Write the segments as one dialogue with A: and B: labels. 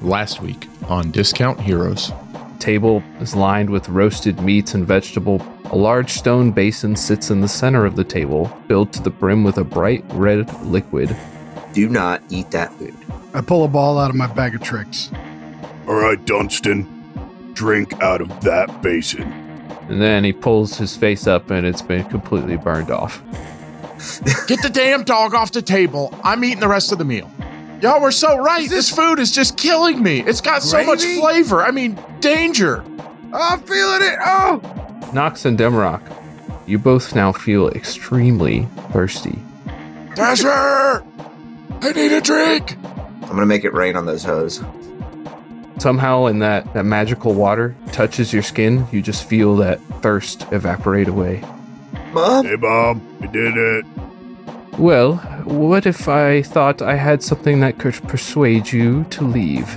A: Last week on Discount Heroes.
B: table is lined with roasted meats and vegetable. A large stone basin sits in the center of the table, filled to the brim with a bright red liquid.
C: Do not eat that food.
D: I pull a ball out of my bag of tricks.
E: All right, Dunstan, drink out of that basin.
B: And then he pulls his face up and it's been completely burned off.
A: Get the damn dog off the table. I'm eating the rest of the meal. Y'all were so right. This food is just killing me. It's got so much
F: Gravy?
A: flavor. I mean, danger.
F: I'm feeling it. Oh,
B: Nox and Demarok, you both now feel extremely thirsty.
A: Dasher! I need a drink.
C: I'm gonna make it rain on those hoes.
B: Somehow, in that, that magical water touches your skin, you just feel that thirst evaporate away.
C: Mom,
E: Hey, Mom, we did it.
B: Well, what if I thought I had something that could persuade you to leave?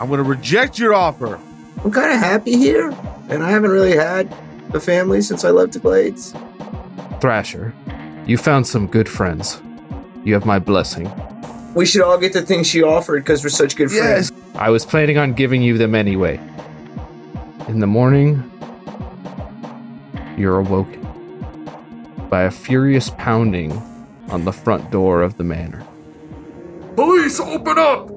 F: I'm gonna reject your offer.
C: I'm kind of happy here, and I haven't really had a family since I left the Glades.
B: Thrasher, you found some good friends. You have my blessing.
C: We should all get the thing she offered because we're such good friends.
B: I was planning on giving you them anyway. In the morning, you're awoken by a furious pounding on the front door of the manor.
E: Police, open up!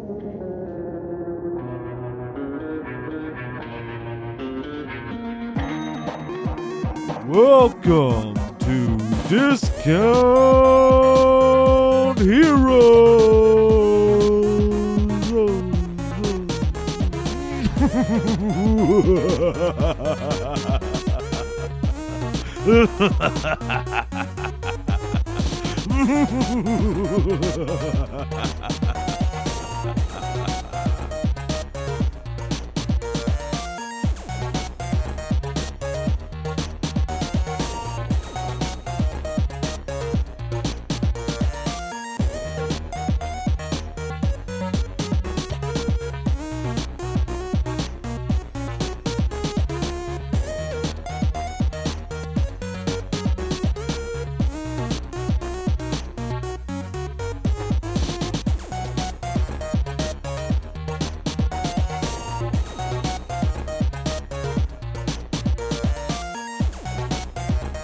F: Welcome to Discount Heroes.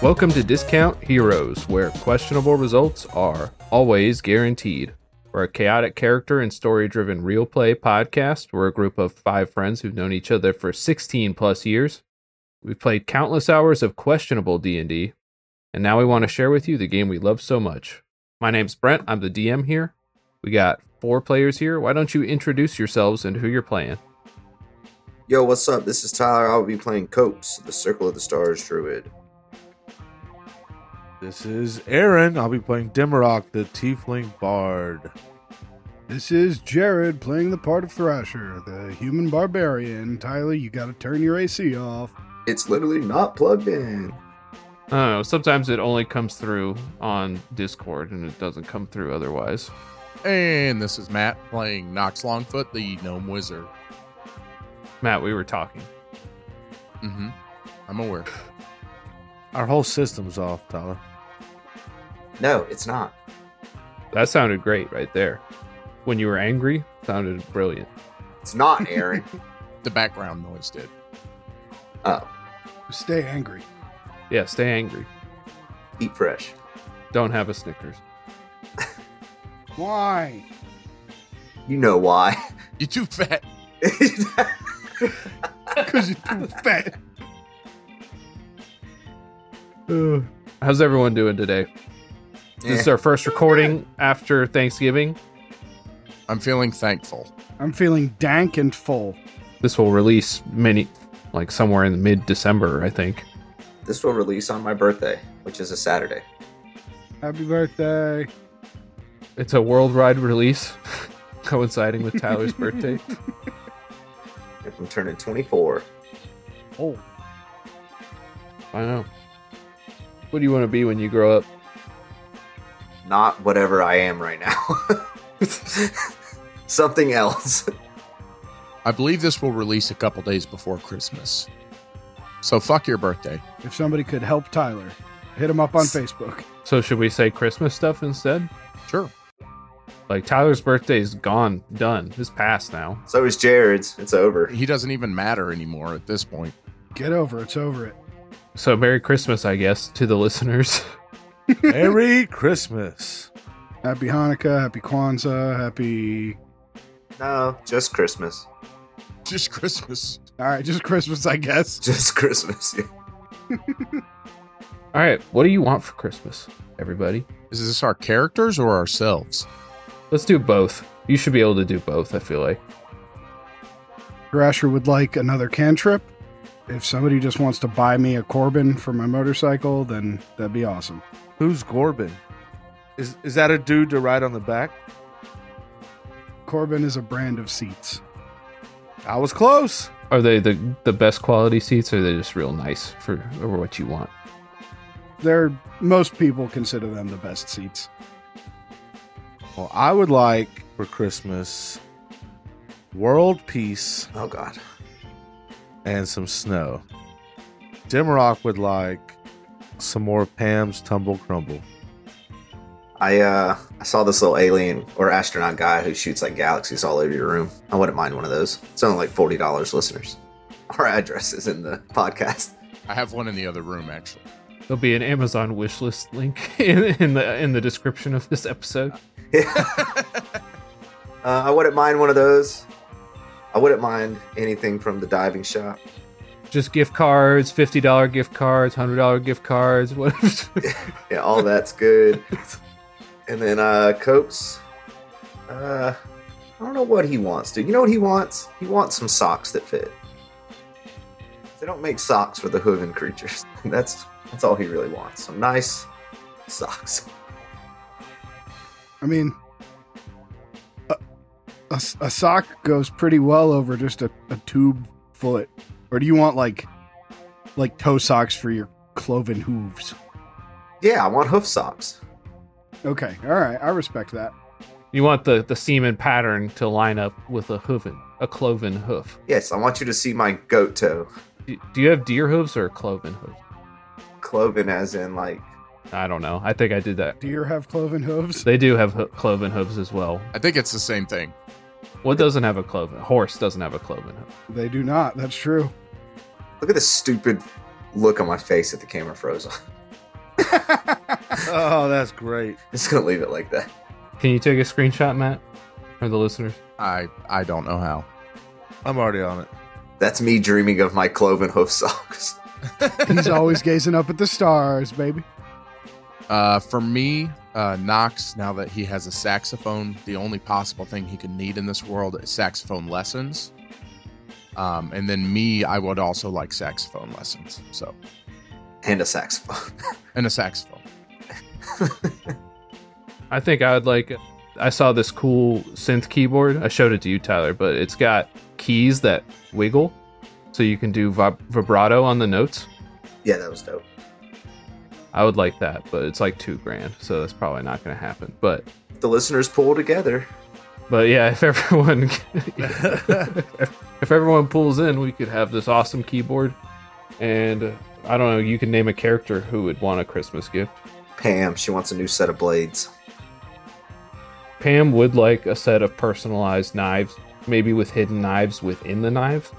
B: Welcome to Discount Heroes, where questionable results are always guaranteed. We're a chaotic character and story driven real play podcast. We're a group of five friends who've known each other for 16 plus years. We've played countless hours of questionable D&D, and now we want to share with you the game we love so much. My name's Brent, I'm the DM here. We got four players here. Why don't you introduce yourselves and who you're playing?
C: Yo, what's up? This is Tyler. I'll be playing Copes, the Circle of the Stars druid.
F: This is Aaron. I'll be playing Demarok, the Tiefling Bard.
D: This is Jared playing the part of Thrasher, the human barbarian. Tyler, you gotta turn your AC off.
C: It's literally not plugged in.
B: I don't know. Sometimes it only comes through on Discord and it doesn't come through otherwise.
A: And this is Matt playing Knox Longfoot, the gnome wizard.
B: Matt, we were talking.
A: Mm-hmm. I'm aware.
F: Our whole system's off, Tyler.
C: No, it's not.
B: That sounded great right there. When you were angry, sounded brilliant.
C: It's not, Aaron.
A: The background noise did.
C: oh,
D: Stay angry.
B: Yeah, stay angry.
C: eat fresh.
B: Don't have a Snickers.
D: Why?
C: You know why.
A: You too fat.
D: Because you're too fat.
B: How's everyone doing today? This is
C: Eh.
B: our first recording after Thanksgiving.
A: I'm feeling thankful.
D: I'm feeling dank and full.
B: This will release many, like somewhere in mid December, I think.
C: this will release on my birthday, which is a Saturday.
D: Happy birthday.
B: It's a worldwide release coinciding with Tyler's birthday.
C: If I'm turning 24,
D: Oh.
B: I know. What do you want to be when you grow up?
C: not whatever I am right now. Something else.
A: I believe this will release a couple days before Christmas. So fuck your birthday.
D: If somebody could help Tyler, hit him up on Facebook.
B: So, should we say Christmas stuff instead?
A: Sure.
B: Like Tyler's birthday is gone, done. It's past now.
C: So is Jared's. It's over.
A: He doesn't even matter anymore at this point.
D: Get over it. It's over it.
B: So Merry Christmas, I guess, to the listeners.
F: Merry Christmas.
D: Happy Hanukkah. Happy Kwanzaa. Happy.
C: No, just Christmas.
A: Just Christmas.
D: All right, just Christmas, I guess.
C: Just Christmas. Yeah.
B: All right, what do you want for Christmas, everybody?
A: Is this our characters or ourselves?
B: Let's do both. You should be able to do both, I feel like.
D: Thrasher would like another cantrip. If somebody just wants to buy me a Corbin for my motorcycle, then that'd be awesome.
F: Who's Gorbin? Is is that a dude to ride on the back?
D: Corbin is a brand of seats.
F: I was close.
B: Are they the, the best quality seats or are they just real nice for or what you want?
D: They're most people consider them the best seats.
F: Well, I would like for Christmas world peace
C: Oh God.
F: and some snow. Dimrock would like some more Pam's tumble crumble.
C: I uh I saw this little alien or astronaut guy who shoots like galaxies all over your room. I wouldn't mind one of those. It's only like forty dollars, listeners. Our address is in the podcast.
A: I have one in the other room, actually.
B: There'll be an Amazon wishlist link in, in the in the description of this episode.
C: Uh, I wouldn't mind one of those. I wouldn't mind anything from the diving shop.
B: Just gift cards, fifty dollar gift cards, hundred dollar gift cards, whatever.
C: Yeah, all that's good. and then uh Copes. Uh I don't know what he wants, dude. You know what he wants? He wants some socks that fit. They don't make socks for the hooven creatures. that's that's all he really wants. Some nice socks.
D: I mean, a, a s- a sock goes pretty well over just a, a tube foot. Or do you want like like toe socks for your cloven hooves?
C: Yeah, I want hoof socks.
D: Okay, all right, I respect that.
B: you want the, the semen pattern to line up with a hooven, a cloven hoof.
C: Yes, I want you to see my goat toe.
B: Do, do you have deer hooves or cloven hooves?
C: Cloven as in like
B: I don't know. I think I did that.
D: Deer have cloven hooves.
B: They do have ho- cloven hooves as well.
A: I think it's the same thing.
B: What doesn't have a cloven? Horse doesn't have a cloven hoof.
D: They do not. That's true.
C: look at the stupid look on my face that the camera froze on.
F: Oh, that's great.
C: Just gonna leave it like that.
B: Can you take a screenshot, Matt, for the listeners?
A: I I don't know how.
F: I'm already on it.
C: That's me dreaming of my cloven hoof socks.
D: He's always gazing up at the stars, baby.
A: Uh, for me, uh, Knox, now that he has a saxophone, the only possible thing he could need in this world is saxophone lessons. Um, and then me, I would also like saxophone lessons. So,
C: And a saxophone.
A: and a saxophone.
B: I think I would like. I saw this cool synth keyboard. I showed it to you, Tyler, but it's got keys that wiggle, so you can do vib- vibrato on the notes.
C: yeah, that was dope.
B: I would like that, but it's like two grand, so that's probably not going to happen. But
C: The listeners pull together.
B: but yeah, if everyone if everyone pulls in, we could have this awesome keyboard, and uh, I don't know. You can name a character who would want a Christmas gift.
C: Pam, she wants a new set of blades.
B: Pam would like a set of personalized knives, maybe with hidden knives within the knives.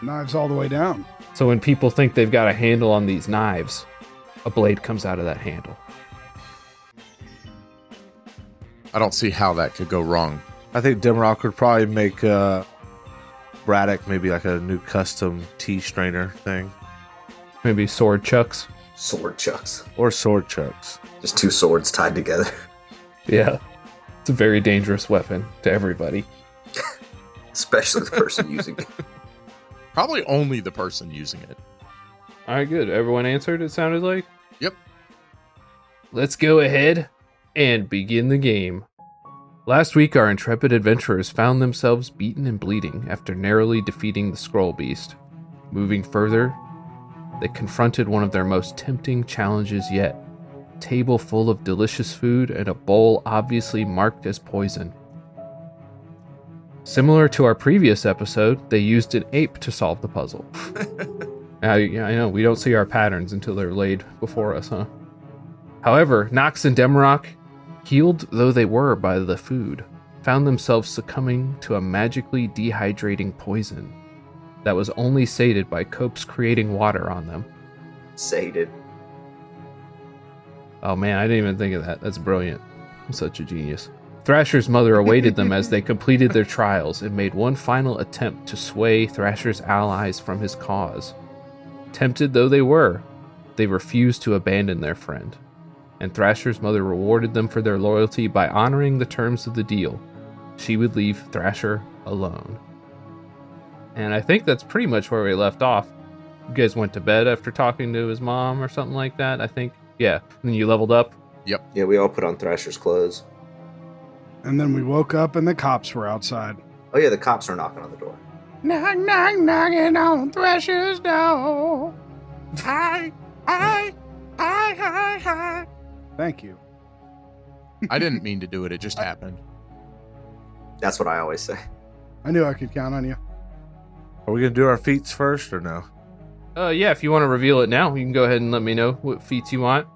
D: Knives all the way down.
B: So when people think they've got a handle on these knives, a blade comes out of that handle.
A: I don't see how that could go wrong.
F: I think Dimrock would probably make uh, Braddock maybe like a new custom tea strainer thing
B: Maybe sword chucks.
C: Sword chucks.
F: or sword chucks.
C: Just two swords tied together.
B: Yeah. It's a very dangerous weapon to everybody.
C: Especially the person using it.
A: Probably only the person using it.
B: All right, good. Everyone answered, it sounded like?
A: Yep.
B: Let's go ahead and begin the game. Last week, our intrepid adventurers found themselves beaten and bleeding after narrowly defeating the Scroll Beast. Moving further, they confronted one of their most tempting challenges yet a table full of delicious food and a bowl obviously marked as poison. Similar to our previous episode, they used an ape to solve the puzzle. I, yeah, I know we don't see our patterns until they're laid before us, huh? However, Knox and Demarok healed though they were by the food, found themselves succumbing to a magically dehydrating poison that was only sated by Cope's creating water on them.
C: Sated.
B: Oh man, I didn't even think of that. That's brilliant. I'm such a genius. Thrasher's mother awaited them as they completed their trials and made one final attempt to sway Thrasher's allies from his cause. Tempted though they were, they refused to abandon their friend, and Thrasher's mother rewarded them for their loyalty by honoring the terms of the deal. She would leave Thrasher alone. And I think that's pretty much where we left off. You guys went to bed after talking to his mom or something like that, I think. Yeah. And then you leveled up.
C: Yeah, we all put on Thrasher's clothes.
D: And then we woke up and the cops were outside.
C: Oh yeah, the cops are knocking on the door.
D: Knock, knock, knocking on Thrasher's door.
A: Hi, hi, hi, hi, hi.
D: Thank you.
A: I didn't mean to do it. It just happened.
C: That's what I always say.
D: I knew I could count on you.
F: Are we gonna do our feats first or no?
B: Uh, yeah, if you want to reveal it now, you can go ahead and let me know what feats you want,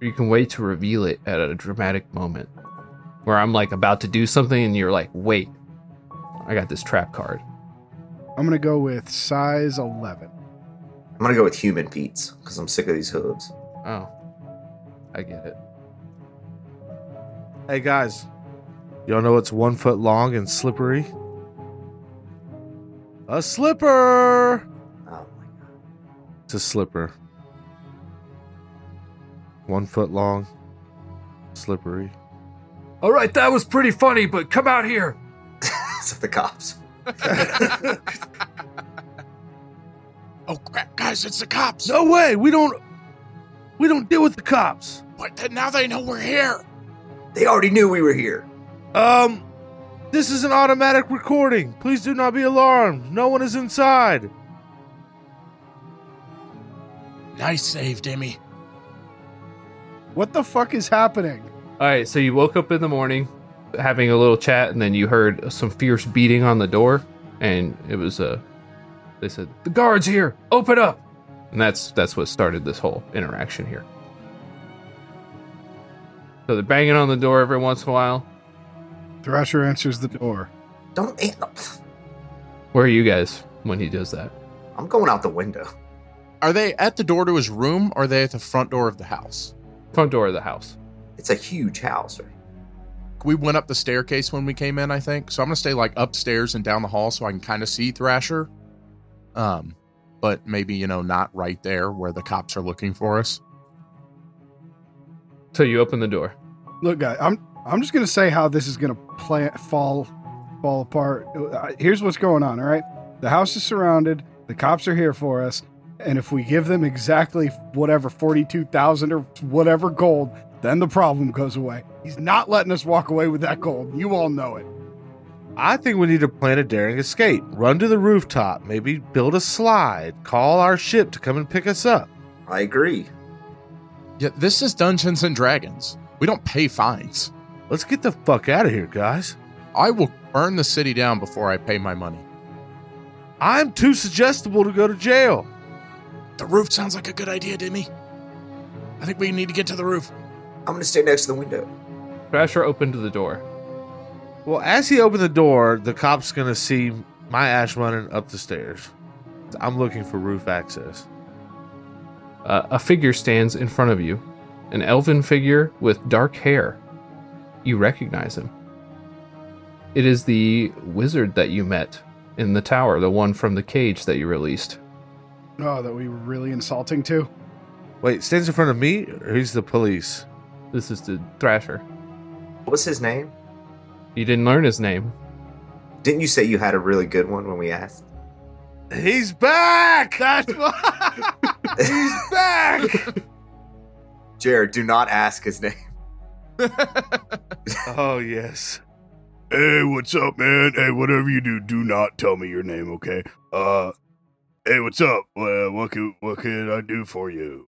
B: or you can wait to reveal it at a dramatic moment where I'm like about to do something and you're like, wait, I got this trap card.
D: I'm gonna go with size 11.
C: I'm gonna go with human beats because I'm sick of these hooves.
B: Oh, I get it.
F: Hey guys, y'all know it's one foot long and slippery. A slipper.
C: Oh my god.
F: It's a slipper. One foot long, slippery.
B: All right, that was pretty funny, but come out here.
C: it's the cops.
A: oh crap, guys! It's the cops.
F: No way. We don't. We don't deal with the cops.
A: But th- now they know we're here.
C: They already knew we were here.
F: Um, this is an automatic recording. Please do not be alarmed. No one is inside.
A: Nice save, Demi.
D: What the fuck is happening?
B: All right, so you woke up in the morning having a little chat, and then you heard some fierce beating on the door, and it was Uh, they said, "The guards here, open up," and that's that's what started this whole interaction here. So they're banging on the door every once in a while.
D: Thrasher answers the door.
C: Don't. an-
B: Where are you guys when he does that?
C: I'm going out the window.
A: Are they at the door to his room? Or are they at the front door of the house?
B: Front door of the house.
C: It's a huge house. right?
A: We went up the staircase when we came in, I think. So I'm gonna stay like upstairs and down the hall so I can kind of see Thrasher. Um, but maybe you know not right there where the cops are looking for us.
B: So you open the door.
D: Look, guy, I'm I'm just gonna say how this is gonna play, fall fall apart. Uh, Here's what's going on. All right, the house is surrounded. The cops are here for us, and if we give them exactly whatever forty-two thousand or whatever gold, then the problem goes away. He's not letting us walk away with that gold. You all know it.
F: I think we need to plan a daring escape. Run to the rooftop, maybe build a slide, call our ship to come and pick us up.
C: I agree.
A: Yeah, this is Dungeons and Dragons. We don't pay fines.
F: Let's get the fuck out of here, guys.
A: I will burn the city down before I pay my money.
F: I'm too suggestible to go to jail.
A: The roof sounds like a good idea, Demi. I think we need to get to the roof.
C: I'm gonna stay next to the window.
B: Thrasher opened the door.
F: Well, as he opened the door, the cop's gonna see my ash running up the stairs. I'm looking for roof access.
B: Uh, a figure stands in front of you, an elven figure with dark hair. You recognize him. It is the wizard that you met in the tower, the one from the cage that you released.
D: Oh, that we were really insulting to.
F: Wait, stands in front of me, or he's the police?
B: This is the Thrasher.
C: What was his name?
B: You didn't learn his name.
C: Didn't you say you had a really good one when we asked?
F: He's back! That's
C: He's
F: back!
C: Jared, do not ask his name.
F: oh, yes.
E: Hey, what's up, man? Hey, whatever you do, do not tell me your name, okay? Uh, hey, what's up? Uh, what can what can I do for you?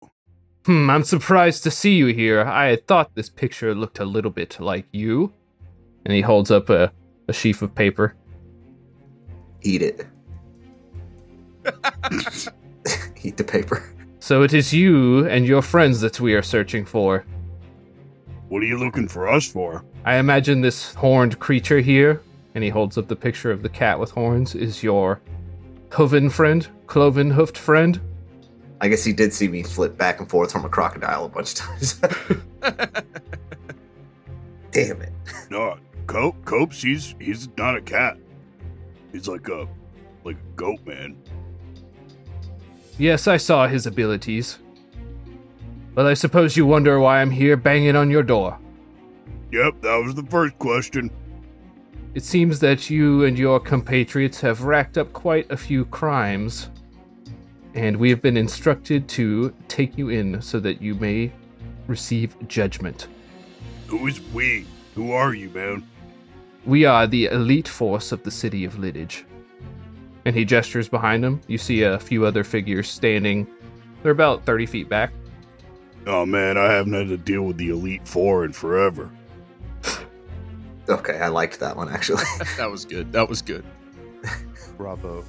B: Hmm, I'm surprised to see you here. I had thought this picture looked a little bit like you. And he holds up a, a sheaf of paper.
C: Eat it. Eat the paper.
B: So it is you and your friends that we are searching for.
E: What are you looking for us for?
B: I imagine this horned creature here, and he holds up the picture of the cat with horns, is your hoven friend, cloven hoofed friend.
C: I guess he did see me flip back and forth from a crocodile a bunch of times. Damn it.
E: No, Cope, Cope's he's he's not a cat. He's like a like a goat man.
B: Yes, I saw his abilities. Well, I suppose you wonder why I'm here banging on your door.
E: Yep, that was the first question.
B: It seems that you and your compatriots have racked up quite a few crimes, and we have been instructed to take you in so that you may receive judgment.
E: Who is we? Who are you, man?
B: We are the elite force of the city of Lidditch. And he gestures behind him. You see a few other figures standing. They're about 30 feet back.
E: Oh man, I haven't had to deal with the Elite Four in forever.
C: Okay, I liked that one actually.
A: That was good. That was good.
F: Bravo.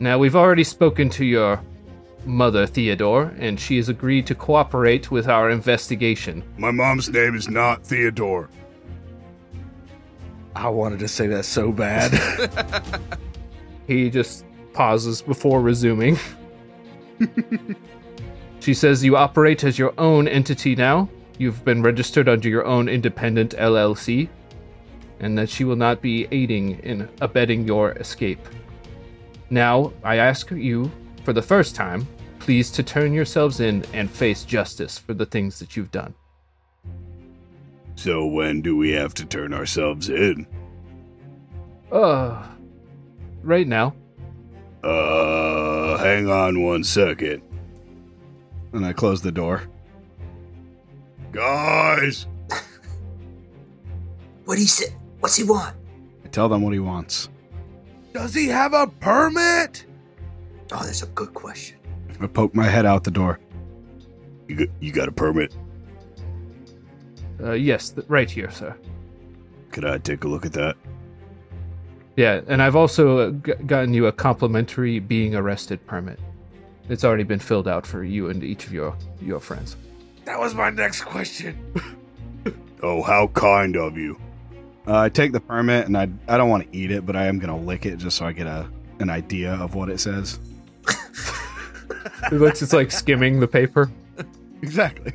B: Now, we've already spoken to your mother, Theodore, and she has agreed to cooperate with our investigation.
E: My mom's name is not Theodore.
F: I wanted to say that so bad.
B: He just pauses before resuming. she says, You operate as your own entity now. You've been registered under your own independent LLC, and that she will not be aiding in abetting your escape. Now, I ask you, for the first time, please to turn yourselves in and face justice for the things that you've done.
E: So when do we have to turn ourselves in?
B: Uh, right now.
E: Uh, hang on one second.
G: And I close the door.
E: Guys,
C: what he say? What's he want?
G: I tell them what he wants.
F: Does he have a permit?
C: Oh, that's a good question.
G: I poke my head out the door.
E: you got, you got a permit?
B: Uh, yes, th- right here, sir.
E: Could I take a look at that?
B: Yeah, and I've also uh, g- gotten you a complimentary being arrested permit. It's already been filled out for you and each of your your friends.
F: That was my next question.
E: Oh, how kind of you.
G: Uh, I take the permit and I I don't want to eat it, but I am gonna lick it just so I get a an idea of what it says.
B: It looks it's like skimming the paper.
G: Exactly.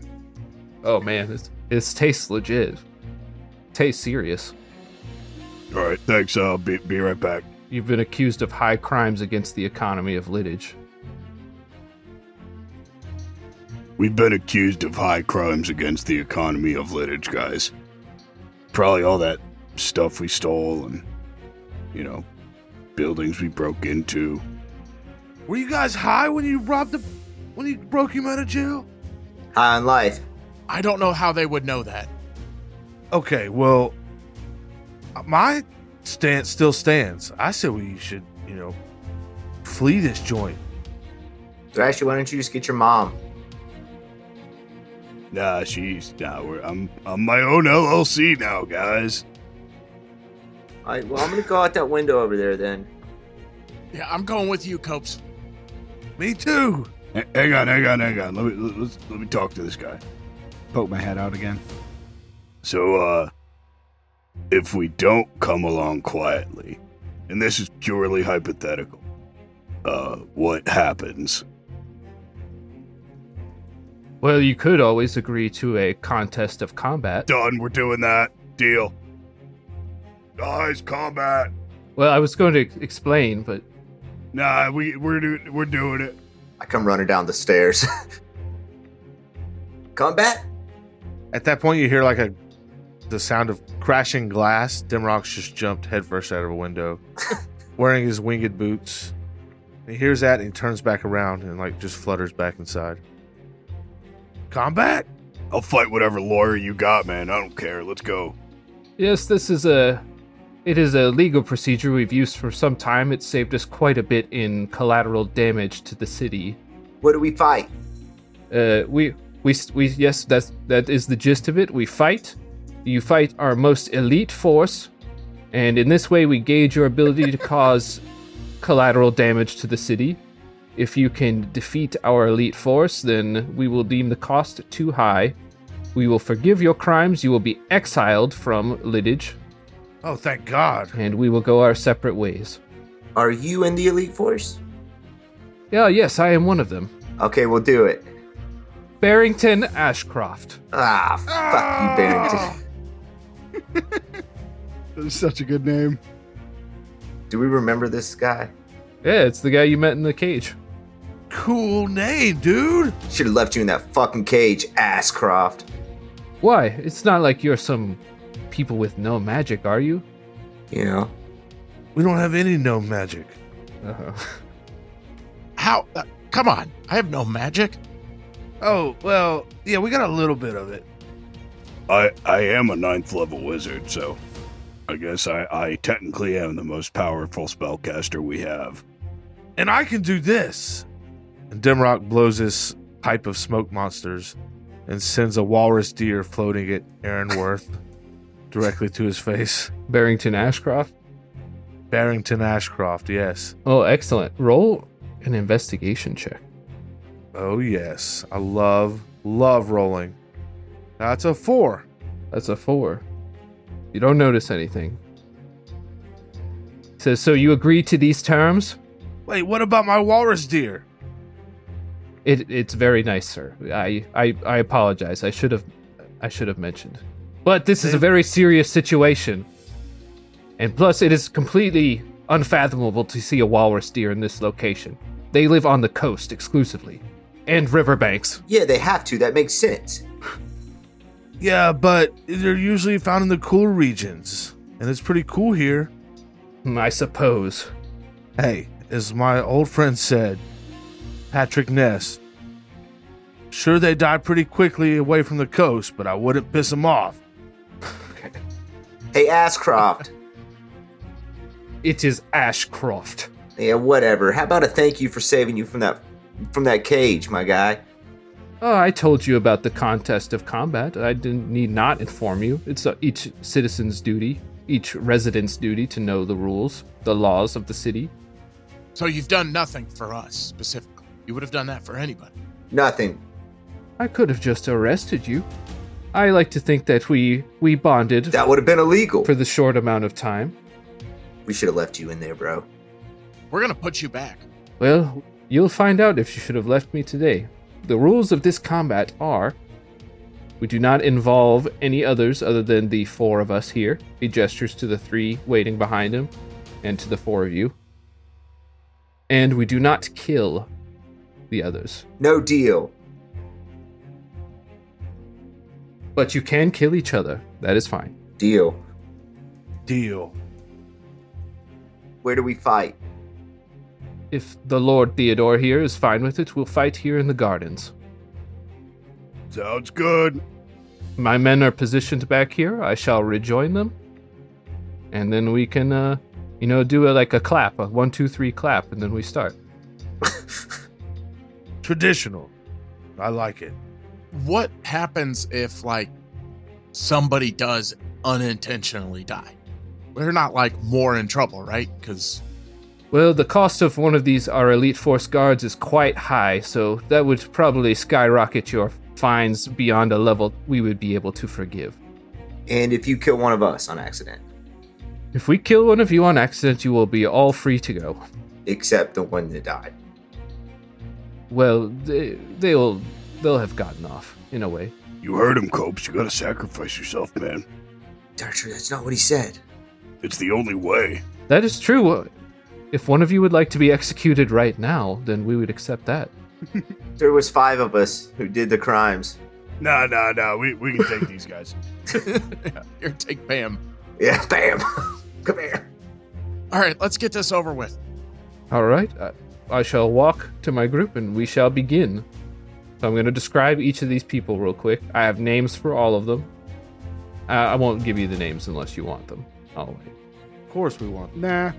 B: Oh man, this this tastes legit. Tastes serious.
E: All right, thanks. I'll be, be right back.
B: You've been accused of high crimes against the economy of Lidditch.
E: We've been accused of high crimes against the economy of Lidditch, guys. Probably all that stuff we stole and, you know, buildings we broke into.
F: Were you guys high when you robbed the when you broke him out of jail?
C: High on life.
A: I don't know how they would know that.
F: Okay, well, my stance still stands. I said we should, you know, flee this joint.
C: Thrasher, why don't you just get your mom?
E: Nah, she's nah. We're, I'm I'm my own LLC now, guys.
C: All right, well, I'm gonna go out that window over there then.
A: Yeah, I'm going with you, Copes.
F: Me too.
E: H- hang on, hang on, hang on. Let me let, let's, let me talk to this guy.
G: Poke my head out again.
E: So, uh, if we don't come along quietly, and this is purely hypothetical, uh, what happens?
B: Well, you could always agree to a contest of combat.
E: Done. We're doing that deal. Guys, combat.
B: Well, I was going to ex- explain, but
E: Nah, we we're do- we're doing it.
C: I come running down the stairs. Combat?
F: At that point, you hear like a the sound of crashing glass. Dimrock's just jumped headfirst out of a window, wearing his winged boots. He hears that and he turns back around and like just flutters back inside. Combat?
E: I'll fight whatever lawyer you got, man. I don't care. Let's go.
B: Yes, this is a it is a legal procedure we've used for some time. It saved us quite a bit in collateral damage to the city.
C: What do we fight?
B: Uh, we we we yes, that's that is the gist of it. We fight. You fight our most elite force, and in this way we gauge your ability to cause collateral damage to the city. If you can defeat our elite force, then we will deem the cost too high We will forgive your crimes. You will be exiled from Lidditch,
F: Oh, thank God.
B: and we will go our separate ways.
C: Are you in the elite force?
B: Yeah, yes, I am one of them.
C: Okay, we'll do it.
B: Barrington Ashcroft.
C: Ah, fuck you, Barrington.
D: That's such a good name.
C: Do we remember this guy?
B: Yeah, it's the guy you met in the cage.
F: Cool name, dude.
C: Should have left you in that fucking cage, Ashcroft.
B: Why? It's not like you're some people with no magic, are you?
C: You know,
F: We don't have any known magic.
B: Uh-huh.
A: How? Uh, come on. I have no magic.
F: Oh, well, yeah, we got a little bit of it.
E: I I am a ninth level wizard, so I guess I, I technically am the most powerful spellcaster we have.
F: And I can do this. And Dimrock blows his pipe of smoke monsters and sends a walrus deer floating at Aaronworth directly to his face.
B: Barrington Ashcroft.
F: Barrington Ashcroft, yes.
B: Oh, excellent. Roll an investigation check.
F: Oh, yes. I love, love rolling. That's a four.
B: That's a four. You don't notice anything. Says, so you agree to these terms?
F: Wait, what about my walrus deer?
B: It, it's very nice, sir. I, I, I apologize. I should have, I should have mentioned. But this is a very serious situation, and plus, it is completely unfathomable to see a walrus deer in this location. They live on the coast exclusively, and riverbanks.
C: yeah, they have to. That makes sense.
F: Yeah, but they're usually found in the cooler regions, and it's pretty cool here.
B: Hmm, I suppose.
F: Hey, as my old friend said, Patrick Ness, sure they die pretty quickly away from the coast, but I wouldn't piss them off.
C: Hey, Ashcroft.
B: It is Ashcroft.
C: yeah, whatever. How about a thank you for saving you from that from that cage, my guy?
B: Oh, I told you about the contest of combat. I didn't need not inform you. It's uh, each citizen's duty, each resident's duty to know the rules, the laws of the city.
A: So you've done nothing for us specifically. You would have done that for anybody.
C: Nothing.
B: I could have just arrested you. I like to think that we we bonded
C: That would have been illegal.
B: for the short amount of time.
C: We should have left you in there, bro.
A: We're gonna put you back.
B: Well, you'll find out if you should have left me today. The rules of this combat are we do not involve any others other than the four of us here. He gestures to the three waiting behind him and to the four of you. And we do not kill the others.
C: No deal.
B: But you can kill each other. That is fine.
C: Deal.
F: Deal.
C: Where do we fight?
B: If the Lord Theodore here is fine with it, we'll fight here in the gardens.
E: Sounds good.
B: My men are positioned back here. I shall rejoin them, and then we can, uh, you know, do a, like a clap, a one, two, three clap, and then we start.
F: Traditional. I like it.
A: What happens if like somebody does unintentionally die? We're not like more in trouble, right? Because
B: Well, the cost of one of these our elite force guards is quite high, so that would probably skyrocket your fines beyond a level we would be able to forgive.
C: And if you kill one of us on accident,
B: If we kill one of you on accident, you will be all free to go.
C: except the one that died.
B: Well, they, they'll they'll have gotten off in a way.
E: You heard him, Copes. You gotta sacrifice yourself, man.
C: Darcher, that's not what he said.
E: It's the only way.
B: That is true. If one of you would like to be executed right now, then we would accept that.
C: There was five of us who did the crimes.
E: Nah, nah, nah. We, we can take these guys.
A: here, take Pam.
C: Yeah, bam. Come here.
A: All right, let's get this over with.
B: All right, I, I shall walk to my group and we shall begin. So I'm going to describe each of these people real quick. I have names for all of them. Uh, I won't give you the names unless you want them. I'll wait.
F: Of course we want.
D: Nah.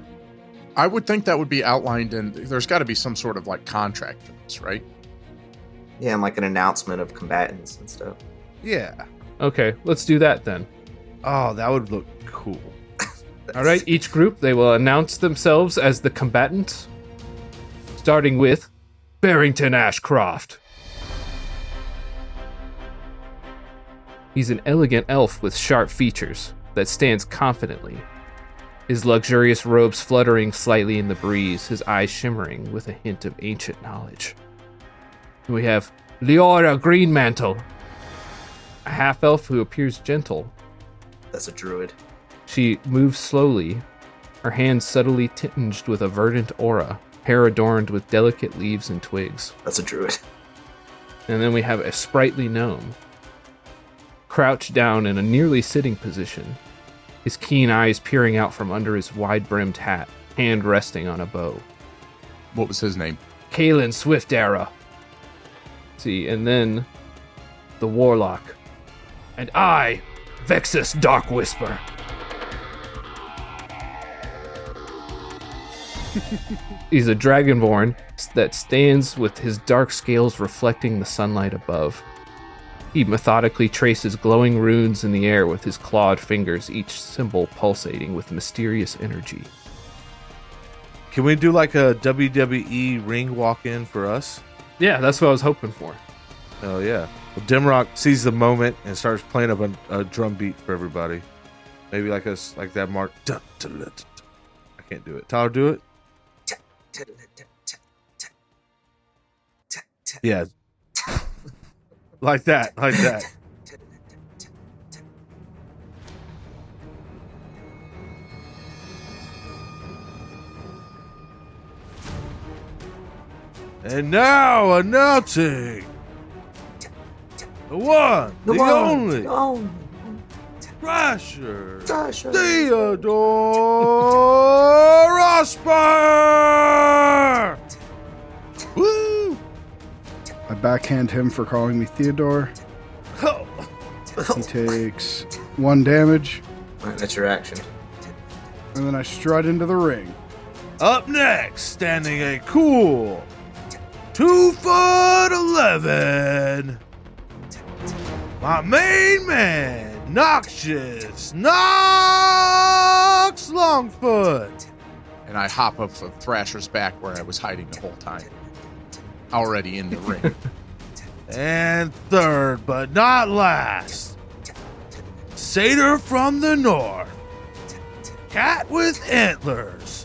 A: I would think that would be outlined in. There's got to be some sort of like contract for this, right?
C: Yeah, and like an announcement of combatants and stuff.
F: Yeah.
B: Okay, let's do that then.
F: Oh, that would look cool.
B: All right, each group they will announce themselves as the combatants, starting with Barrington Ashcroft. He's an elegant elf with sharp features that stands confidently, his luxurious robes fluttering slightly in the breeze, his eyes shimmering with a hint of ancient knowledge. We have Leora Greenmantle, a half elf who appears gentle
C: That's a druid.
B: she moves slowly, her hands subtly tinged with a verdant aura, hair adorned with delicate leaves and twigs.
C: That's a druid.
B: And then we have a sprightly gnome, crouched down in a nearly sitting position, his keen eyes peering out from under his wide brimmed hat, hand resting on a bow.
A: What was his name?
B: Kalen Swift era. See, and then the Warlock. And I, Vexus Dark Whisper. He's a dragonborn that stands with his dark scales reflecting the sunlight above. He methodically traces glowing runes in the air with his clawed fingers, each symbol pulsating with mysterious energy.
F: Can we do like a WWE ring walk in for us?
B: Yeah, that's what I was hoping for.
F: Oh yeah. Well, Dimrock sees the moment and starts playing up a, a drum beat for everybody. Maybe like us, like that mark. Dun, dun, dun, dun. I can't do it. Tyler, do it. Yeah. like that. Like that. And now announcing the one, the, only,
C: Oh,
F: Thrasher
C: Sasha.
F: Theodore Rosper! Woo!
D: I backhand him for calling me Theodore.
F: Oh,
D: He takes one damage,
C: Alright, that's your action.
D: and then I strut into the ring.
F: Up next, standing a cool two foot eleven, my main man, Noxious Knox Longfoot.
A: And I hop up from Thrasher's back where I was hiding the whole time. Already in the ring.
F: And third, but not last, Satyr from the North, Cat with Antlers,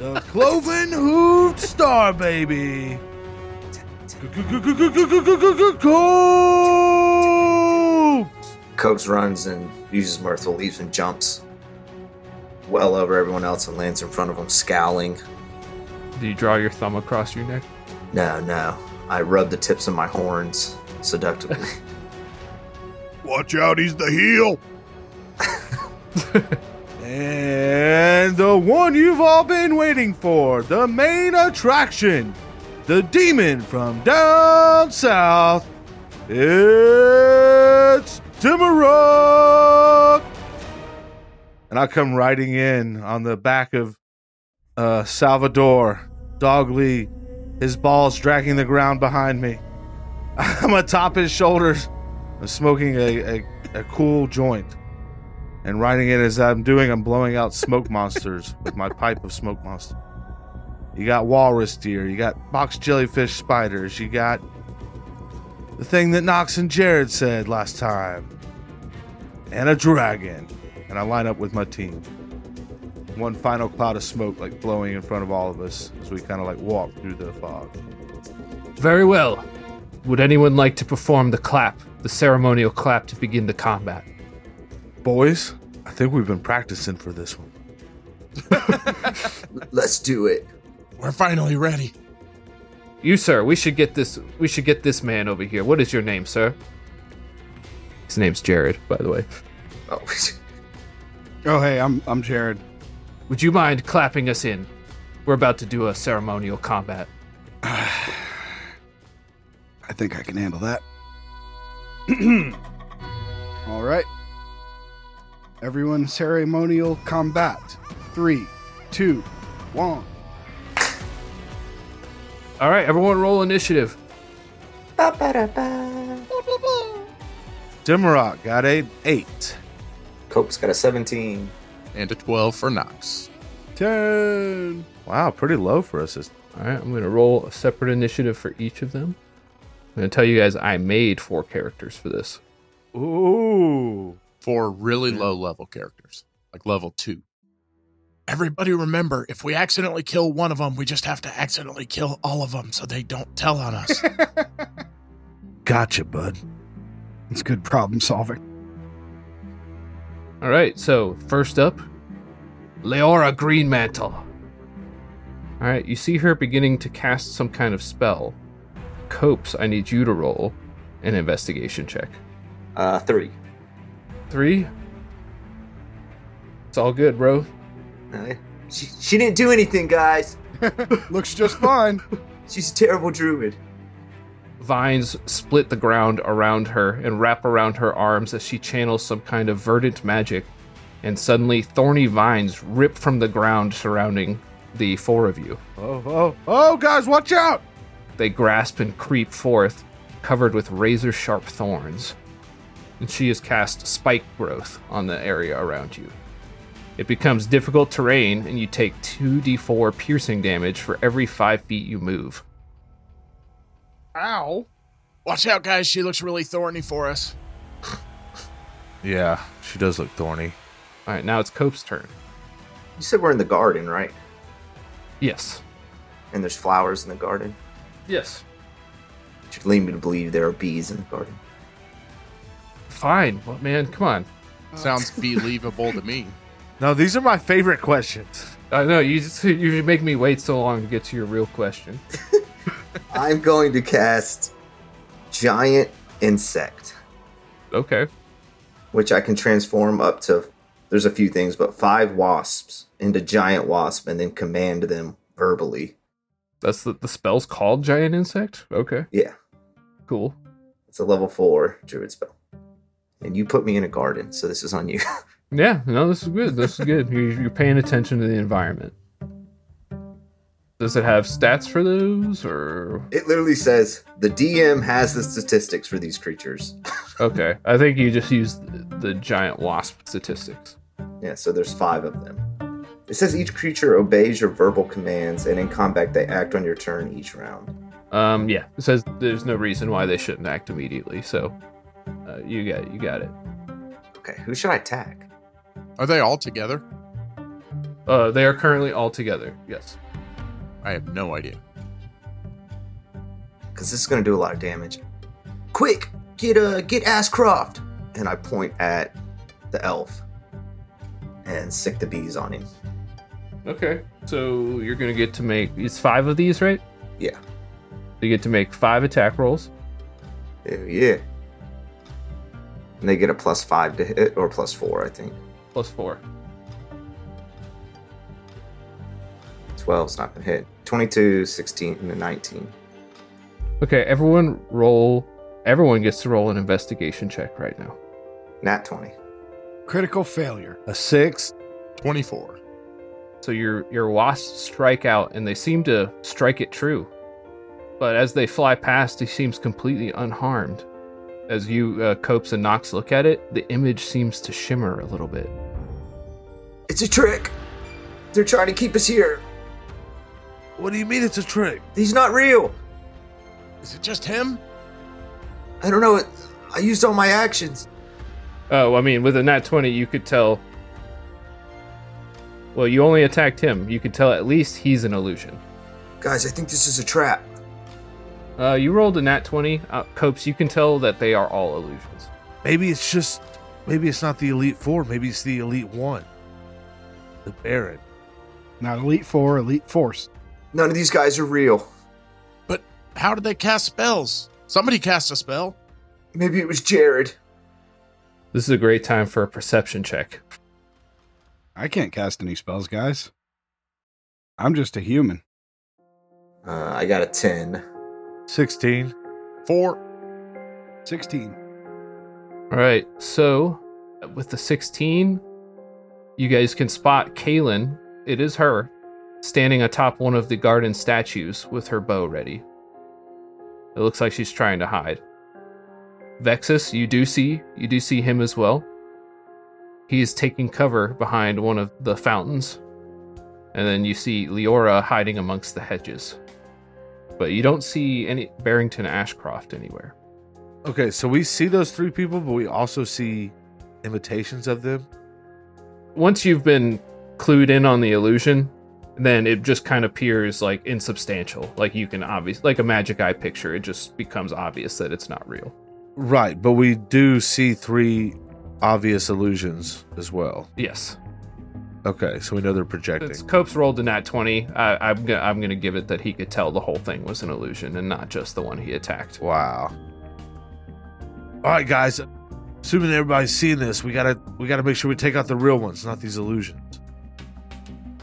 F: the Cloven Hooved Star Baby, Colt!
C: Copes runs and uses mirthful leaps and jumps well over everyone else and lands in front of him, scowling.
B: Do you draw your thumb across your neck?
C: No, no. I rub the tips of my horns seductively.
E: Watch out, he's the heel.
F: And the one you've all been waiting for, the main attraction, the demon from down south. It's Timurok! And I come riding in on the back of uh, Salvador, Dog Lee, his balls dragging the ground behind me. I'm atop his shoulders. I'm smoking a, a, a cool joint and writing it as I'm doing, I'm blowing out smoke monsters with my pipe of smoke monster. You got walrus deer, you got box jellyfish spiders, you got the thing that Knox and Jared said last time, and a dragon. And I line up with my team. One final cloud of smoke like blowing in front of all of us as we kind of like walk through the fog.
B: Very well. Would anyone like to perform the clap, the ceremonial clap to begin the combat?
F: Boys, I think we've been practicing for this one.
C: Let's do it.
A: We're finally ready.
B: You, sir, we should get this. We should get this man over here. What is your name, sir? His name's Jared, by the way.
C: Oh,
D: Oh hey, I'm I'm Jared.
B: Would you mind clapping us in? We're about to do a ceremonial combat.
G: I think I can handle that.
D: All right. Everyone, ceremonial combat. Three, two, one.
B: All right, everyone, roll initiative.
F: Demarok got a eight.
C: Cope's got a 17.
A: And a 12 for Knox.
D: Ten.
F: Wow, pretty low for us this
B: All right, I'm gonna roll a separate initiative for each of them. I'm gonna tell you guys I made four characters for this.
F: Ooh.
A: for really low level characters, like level two. Everybody remember, if we accidentally kill one of them, we just have to accidentally kill all of them so they don't tell on us.
F: Gotcha, bud.
D: It's good problem solving.
B: All right, so first up, Leora Greenmantle. All right, you see her beginning to cast some kind of spell. Copes, I need you to roll an investigation check.
C: Uh, three.
B: Three. It's all good, bro.
C: Uh, she, she didn't do anything, guys.
D: Looks just fine.
C: She's a terrible druid.
B: Vines split the ground around her and wrap around her arms as she channels some kind of verdant magic, and suddenly thorny vines rip from the ground surrounding the four of you.
F: Oh, oh, oh, guys, watch out.
B: They grasp and creep forth, covered with razor sharp thorns. And she has cast spike growth on the area around you. It becomes difficult terrain, and you take 2d4 piercing damage for every 5 feet you move.
A: Ow. Watch out, guys. She looks really thorny for us.
F: Yeah, she does look thorny.
B: Alright, now it's Cope's turn.
C: You said we're in the garden, right?
B: Yes.
C: And there's flowers in the garden.
B: Yes.
C: Which would lead me to believe there are bees in the garden.
B: Fine. Well, man, come on.
A: Sounds believable to me.
F: No, these are my favorite questions.
B: I know, you just, you make me wait so long to get to your real question.
C: I'm going to cast Giant Insect,
B: Okay.
C: which I can transform up to. There's a few things, but five wasps into giant wasp, and then command them verbally.
B: That's the, the spell's called Giant Insect? Okay,
C: Yeah,
B: cool.
C: it's a level four druid spell. And you put me in a garden, so this is on you.
B: Yeah, no, this is good. This is good. You're, you're paying attention to the environment. Does it have stats for those or
C: It literally says the DM has the statistics for these creatures.
B: okay? I think you just used the, the giant wasp statistics.
C: Yeah, so there's five of them. It says each creature obeys your verbal commands, and in combat they act on your turn each round.
B: Um, yeah, it says there's no reason why they shouldn't act immediately. So, uh, you got you got it.
C: Okay, who should I attack?
A: Are they all together?
B: Uh, they are currently all together. Yes.
A: I have no idea.
C: Because this is gonna do a lot of damage. Quick, get uh, get Ashcroft, and I point at the elf and sick the bees on him.
B: Okay. So you're gonna get to make it's five of these, right?
C: Yeah.
B: You get to make five attack rolls.
C: Hell yeah! And they get a plus five to hit, or plus four, I think.
B: plus four.
C: Twelve's not gonna hit. 22, 16, and a 19.
B: Okay, everyone roll. Everyone gets to roll an investigation check right now.
C: Nat 20.
D: Critical failure.
F: A six.
A: 24.
B: So your your wasps strike out, and they seem to strike it true. But as they fly past, he seems completely unharmed. As you, uh, Copes and Knox look at it, the image seems to shimmer a little bit.
C: It's a trick! They're trying to keep us here!
F: What do you mean it's a trick?
C: He's not real!
A: Is it just him?
C: I don't know. It, I used all my actions.
B: Oh, I mean, with a nat twenty, you could tell. Well, you only attacked him. You could tell at least he's an illusion.
C: Guys, I think this is a trap.
B: Uh, you rolled a nat twenty, uh, Copes. You can tell that they are all illusions.
F: Maybe it's just. Maybe it's not the Elite Four. Maybe it's the Elite One. The Baron.
D: Not Elite Four, Elite Force.
C: None of these guys are real.
A: How did they cast spells? Somebody cast a spell.
C: Maybe it was Jared.
B: This is a great time for a perception check.
G: I can't cast any spells, guys. I'm just a human.
C: Uh, I got a 10.
F: 16.
A: Four.
D: 16.
B: All right, so with the 16, you guys can spot Kaylin, it is her, standing atop one of the garden statues with her bow ready. It looks like she's trying to hide. Vexus, you do see, you do see him as well. He is taking cover behind one of the fountains. And then you see Leora hiding amongst the hedges. But you don't see any Barrington Ashcroft anywhere.
F: Okay, so we see those three people, but we also see imitations of them.
B: once you've been clued in on the illusion, then it just kind of appears like insubstantial. Like you can obvious like a magic eye picture, it just becomes obvious that it's not real.
F: Right, but we do see three obvious illusions as well.
B: Yes.
F: Okay, so we know they're projecting.
B: Since Cope's rolled a nat 20, I, I'm, gonna, I'm gonna give it that he could tell the whole thing was an illusion and not just the one he attacked.
F: Wow. All right, guys. Assuming everybody's seeing this, we gotta we gotta make sure we take out the real ones, not these illusions.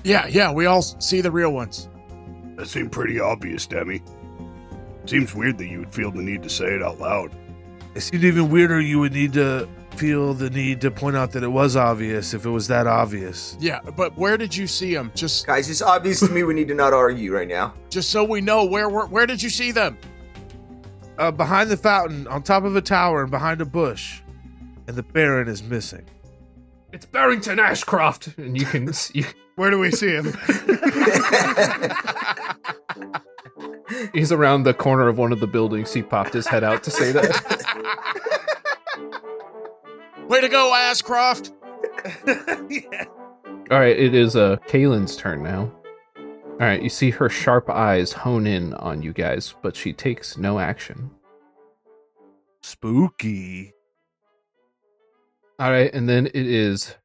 A: Yeah, yeah, we all s- see the real ones.
E: That seemed pretty obvious, Demi. Seems weird that you would feel the need to say it out loud.
F: It seemed even weirder. You would need to feel the need to point out that it was obvious if it was that obvious.
A: Yeah, but where did you see them? Just
C: Guys, it's obvious to me we need to not argue right now.
A: just so we know where where, where did you see them?
F: Uh, behind the fountain, on top of a tower, and behind a bush, and the Baron is missing.
B: It's Barrington Ashcroft! And you can. You,
D: Where do we see him?
B: he's around the corner of one of the buildings. He popped his head out to say that.
A: Way to go, Ashcroft.
B: All right, it is uh, Kaylin's turn now. All right, you see her sharp eyes hone in on you guys, but she takes no action.
F: Spooky.
B: All right, and then it is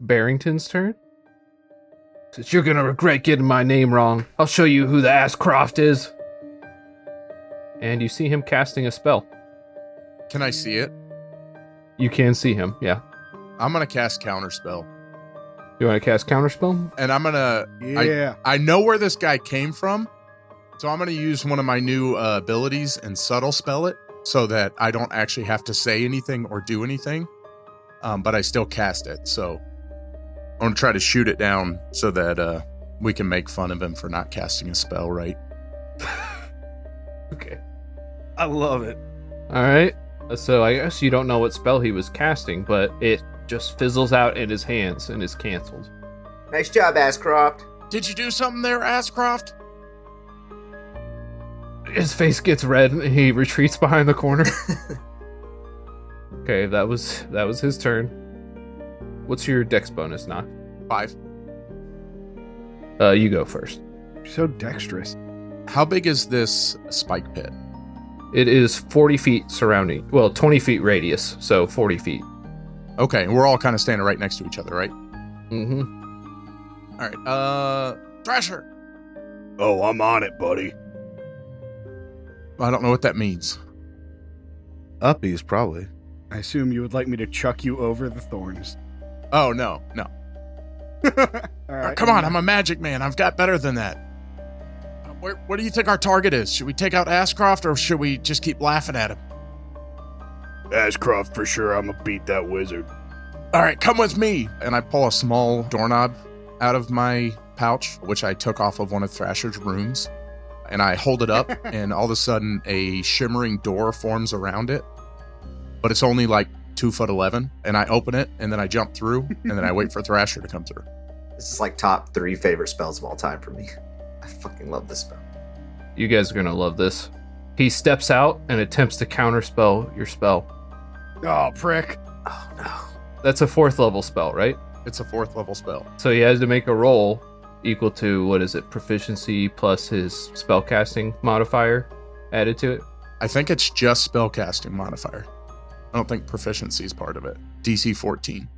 B: Barrington's turn. Since you're gonna regret getting my name wrong, I'll show you who the Ashcroft is. And you see him casting a spell.
A: Can I see it?
B: You can see him, yeah.
A: I'm gonna cast counterspell,
B: You want to cast counterspell?
A: and I'm gonna
D: Yeah.
A: I know where this guy came from, so I'm going to use one of my new uh, abilities and subtle spell it so that I don't actually have to say anything or do anything, um, but I still cast it. So I'm going to try to shoot it down so that uh, we can make fun of him for not casting a spell right.
B: Okay.
F: I love it.
B: All right. So I guess you don't know what spell he was casting, but it just fizzles out in his hands and is canceled.
C: nice job, Ascroft.
A: Did you do something there, Ascroft?
B: His face gets red and he retreats behind the corner. okay, that was that was his turn. What's your dex bonus, Knock?
A: Five.
B: Uh, you go first.
D: So dexterous.
A: How big is this spike pit?
B: It is 40 feet surrounding, well, 20 feet radius, so 40 feet.
A: Okay, and we're all kind of standing right next to each other, right?
B: Mm-hmm.
A: All right. Uh, Thrasher.
E: Oh, I'm on it, buddy.
A: I don't know what that means.
F: Uppies probably.
D: I assume you would like me to chuck you over the thorns.
A: Oh no, no.
D: All
A: Uh,
D: right.
A: Come on, I'm a magic man. I've got better than that. Uh, Where, what do you think our target is? Should we take out Ashcroft or should we just keep laughing at him?
E: Ashcroft, for sure, I'm gonna beat that wizard.
A: All right, come with me. And I pull a small doorknob out of my pouch, which I took off of one of Thrasher's rooms. And I hold it up, and all of a sudden, a shimmering door forms around it. But it's only like two foot 11. And I open it, and then I jump through, and then I wait for Thrasher to come through.
C: This is like top three favorite spells of all time for me. I fucking love this spell.
B: You guys are gonna love this. He steps out and attempts to counterspell your spell.
D: Oh, prick.
C: Oh no.
B: That's a fourth level spell, right?
A: It's a fourth level spell.
B: So he has to make a roll equal to what is it, proficiency plus his spellcasting modifier added to it.
A: I think it's just spellcasting modifier. I don't think proficiency is part of it. DC 14.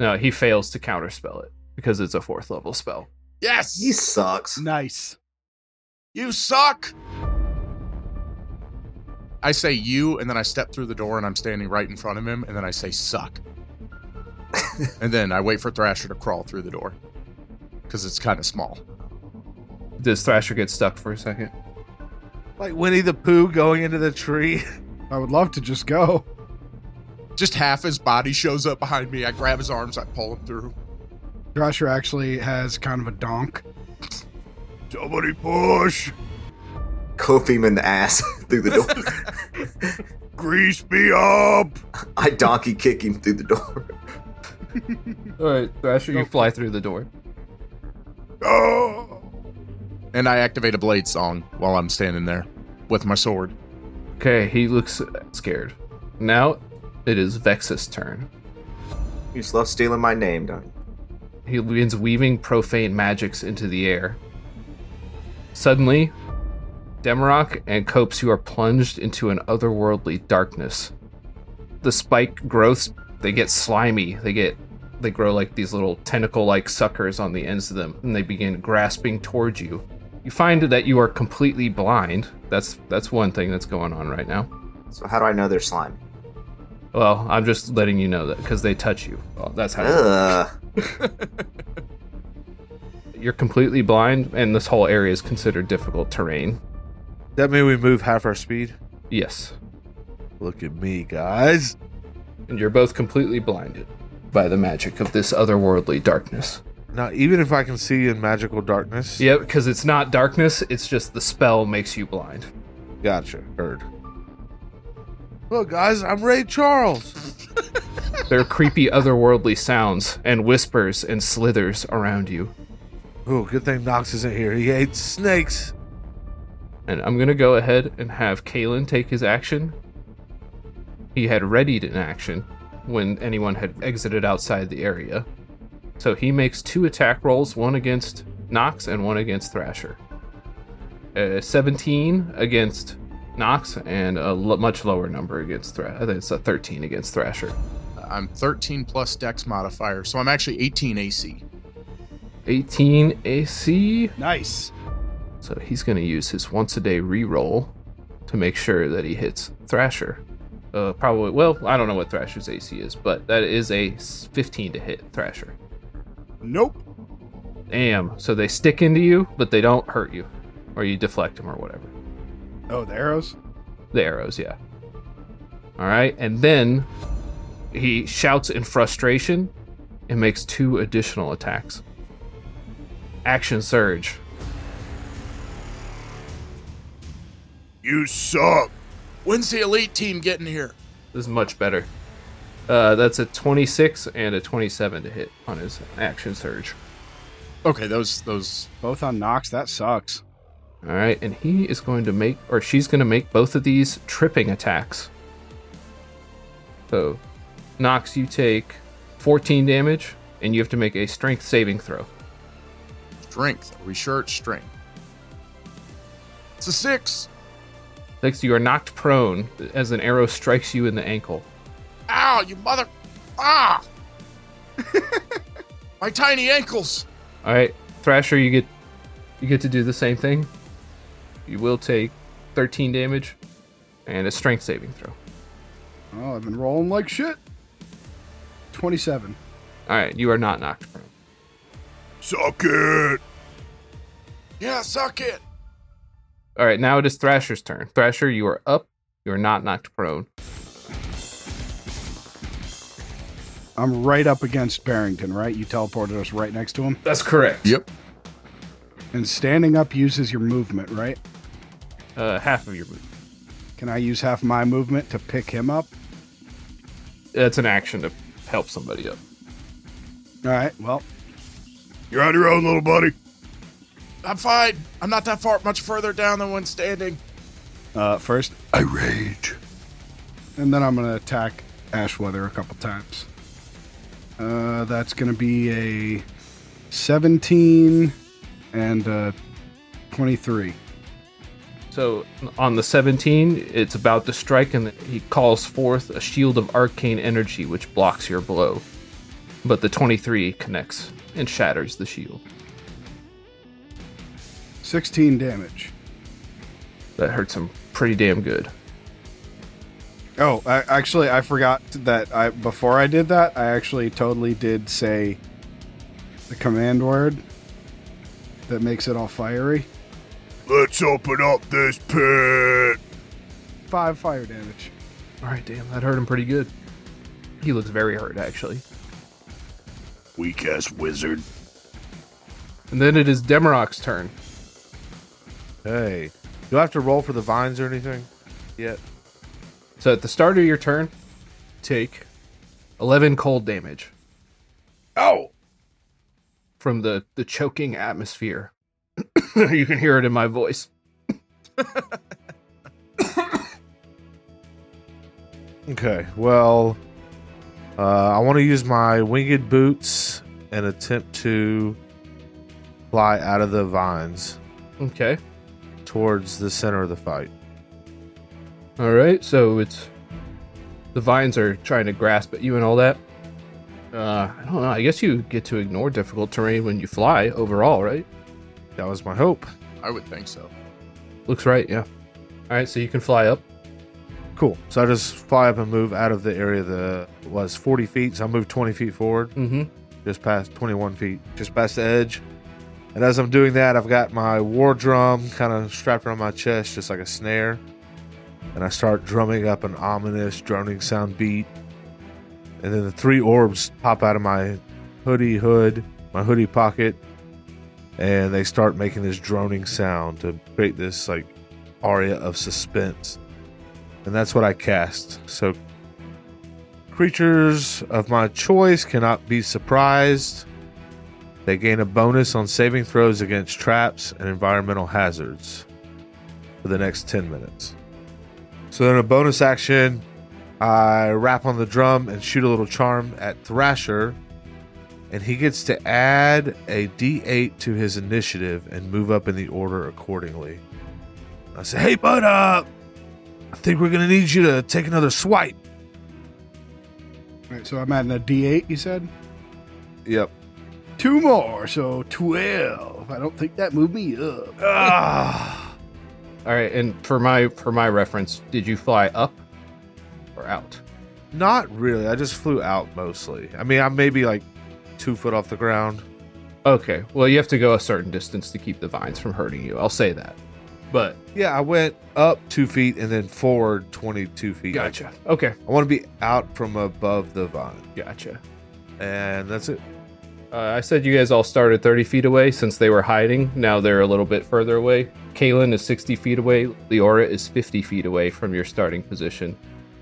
B: No, he fails to counterspell it because it's a fourth level spell.
A: Yes!
C: He sucks.
D: Nice.
A: You suck! I say you, and then I step through the door and I'm standing right in front of him, and then I say suck. and then I wait for Thrasher to crawl through the door because it's kind of small.
B: Does Thrasher get stuck for a second?
F: Like Winnie the Pooh going into the tree.
D: I would love to just go.
A: Just half his body shows up behind me. I grab his arms, I pull him through.
D: Thrasher actually has kind of a donk.
E: Somebody push!
C: Kofi him in the ass through the door.
E: Grease me up!
C: I donkey kick him through the door.
B: All right, Thrasher, you fly through the door.
E: Oh! Ah!
A: And I activate a blade song while I'm standing there with my sword.
B: Okay, he looks scared. Now it is Vex's turn.
C: You just love stealing my name, don't you?
B: He begins weaving profane magics into the air. Suddenly, Demarok and Copes, you are plunged into an otherworldly darkness. The spike growths, they get slimy. They get they grow like these little tentacle-like suckers on the ends of them, and they begin grasping towards you. You find that you are completely blind. That's that's one thing that's going on right now.
C: So how do I know they're slime?
B: Well, I'm just letting you know that because they touch you. Well, that's how
C: Ugh.
B: you're completely blind, and this whole area is considered difficult terrain.
F: That mean we move half our speed?
B: Yes,
F: Look at me, guys.
B: and you're both completely blinded by the magic of this otherworldly darkness.
F: Now, even if I can see in magical darkness,
B: Yep, because it's not darkness; it's just the spell makes you blind.
F: gotcha. Heard. Look, guys, I'm Ray Charles.
B: There are creepy otherworldly sounds and whispers and slithers around you.
F: Oh, good thing Knox isn't here. He hates snakes.
B: And I'm gonna go ahead and have Kalen take his action. He had readied an action when anyone had exited outside the area. So he makes two attack rolls, one against Knox and one against Thrasher. A 17 against Knox and a lo- much lower number against Thrasher. I think it's a 13 against Thrasher.
A: I'm 13 plus Dex modifier, so I'm actually 18 AC.
B: 18 AC.
G: Nice.
B: So he's going to use his once a day reroll to make sure that he hits Thrasher. Uh, probably, well, I don't know what Thrasher's AC is, but that is a s- 15 to hit Thrasher.
G: Nope.
B: Damn. So they stick into you, but they don't hurt you, or you deflect them or whatever.
D: Oh, the arrows.
B: The arrows, yeah. All right. And then he shouts in frustration and makes two additional attacks. Action Surge.
E: You suck.
A: When's the elite team getting here?
B: This is much better. Uh, that's a 26 and a 27 to hit on his action surge.
A: Okay, those those
G: Both on Knox. That sucks.
B: All right, and he is going to make, or she's going to make both of these tripping attacks. So, Nox, you take 14 damage, and you have to make a strength saving throw.
A: strength. Are we sure it's strength? It's a six.
B: Next, you are knocked prone as an arrow strikes you in the ankle.
A: Ow, you mother! Ah, my tiny ankles.
B: All right, Thrasher, you get you get to do the same thing. You will take 13 damage and a strength saving throw.
D: Oh, I've been rolling like shit. Twenty-seven.
B: All right, you are not knocked prone.
E: Suck it.
A: Yeah, suck it.
B: All right, now it is Thrasher's turn. Thrasher, you are up. You are not knocked prone.
G: I'm right up against Barrington, right? You teleported us right next to him.
B: That's correct.
A: Yep.
G: And standing up uses your movement, right?
B: Uh, half of your move.
G: Can I use half my movement to pick him up?
B: That's an action to help somebody up.
G: All right. Well,
E: You're on your own, little buddy.
A: I'm fine. I'm not that far, much further down than when standing.
G: uh, first,
E: I rage.
G: and then I'm gonna attack Ashweather a couple times. Uh, that's gonna be a 17 and uh 23.
B: So on the 17, it's about to strike, and he calls forth a shield of arcane energy, which blocks your blow. But the 23 connects and shatters the shield.
G: 16 damage.
B: That hurts him pretty damn good.
G: Oh, I, actually, I forgot that I before I did that, I actually totally did say the command word that makes it all fiery.
E: Let's open up this pit.
G: Five fire damage.
B: All right, damn, that hurt him pretty good. He looks very hurt, actually.
E: Weak ass wizard.
B: And then it is Demarok's turn.
F: Hey, do I have to roll for the vines or anything? Yet.
B: So at the start of your turn, take 11 cold damage
E: Ow.
B: from the, the choking atmosphere. you can hear it in my voice.
F: Okay. Well, uh, I want to use my winged boots and attempt to fly out of the vines
B: Okay.
F: towards the center of the fight.
B: All right, so it's the vines are trying to grasp at you and all that. Uh, I don't know. I guess you get to ignore difficult terrain when you fly overall, right?
F: That was my hope.
A: I would think so.
B: Looks right, yeah. All right, so you can fly up.
F: Cool. So I just fly up and move out of the area that was 40 feet. So I move 20 feet forward,
B: Mm-hmm.
F: just past 21 feet, just past the edge. And as I'm doing that, I've got my war drum kind of strapped around my chest, just like a snare. And I start drumming up an ominous droning sound beat. And then the three orbs pop out of my hoodie hood, my hoodie pocket, and they start making this droning sound to create this like aria of suspense and that's what I cast. So creatures of my choice cannot be surprised. They gain a bonus on saving throws against traps and environmental hazards for the next 10 minutes. So then a bonus action, I rap on the drum and shoot a little charm at Thrasher and he gets to add a d8 to his initiative and move up in the order accordingly. I say, "Hey, bud up." I think we're gonna need you to take another swipe.
G: All right, so I'm adding a D8, you said?
F: Yep.
G: Two more, so 12. I don't think that moved me up.
F: Ah,
B: All right, and for my for my reference, did you fly up or out?
F: not really. I just flew out mostly. I mean, I'm maybe like two foot off the ground.
B: Okay, well you have to go a certain distance to keep the vines from hurting you. I'll say that. But
F: Yeah, I went up two feet and then forward 22 feet.
B: gotcha. Okay,
F: I want to be out from above the vine.
B: gotcha.
F: And that's it.
B: Uh, I said you guys all started 30 feet away since they were hiding. Now they're a little bit further away. Kalen is 60 feet away. Leora is 50 feet away from your starting position.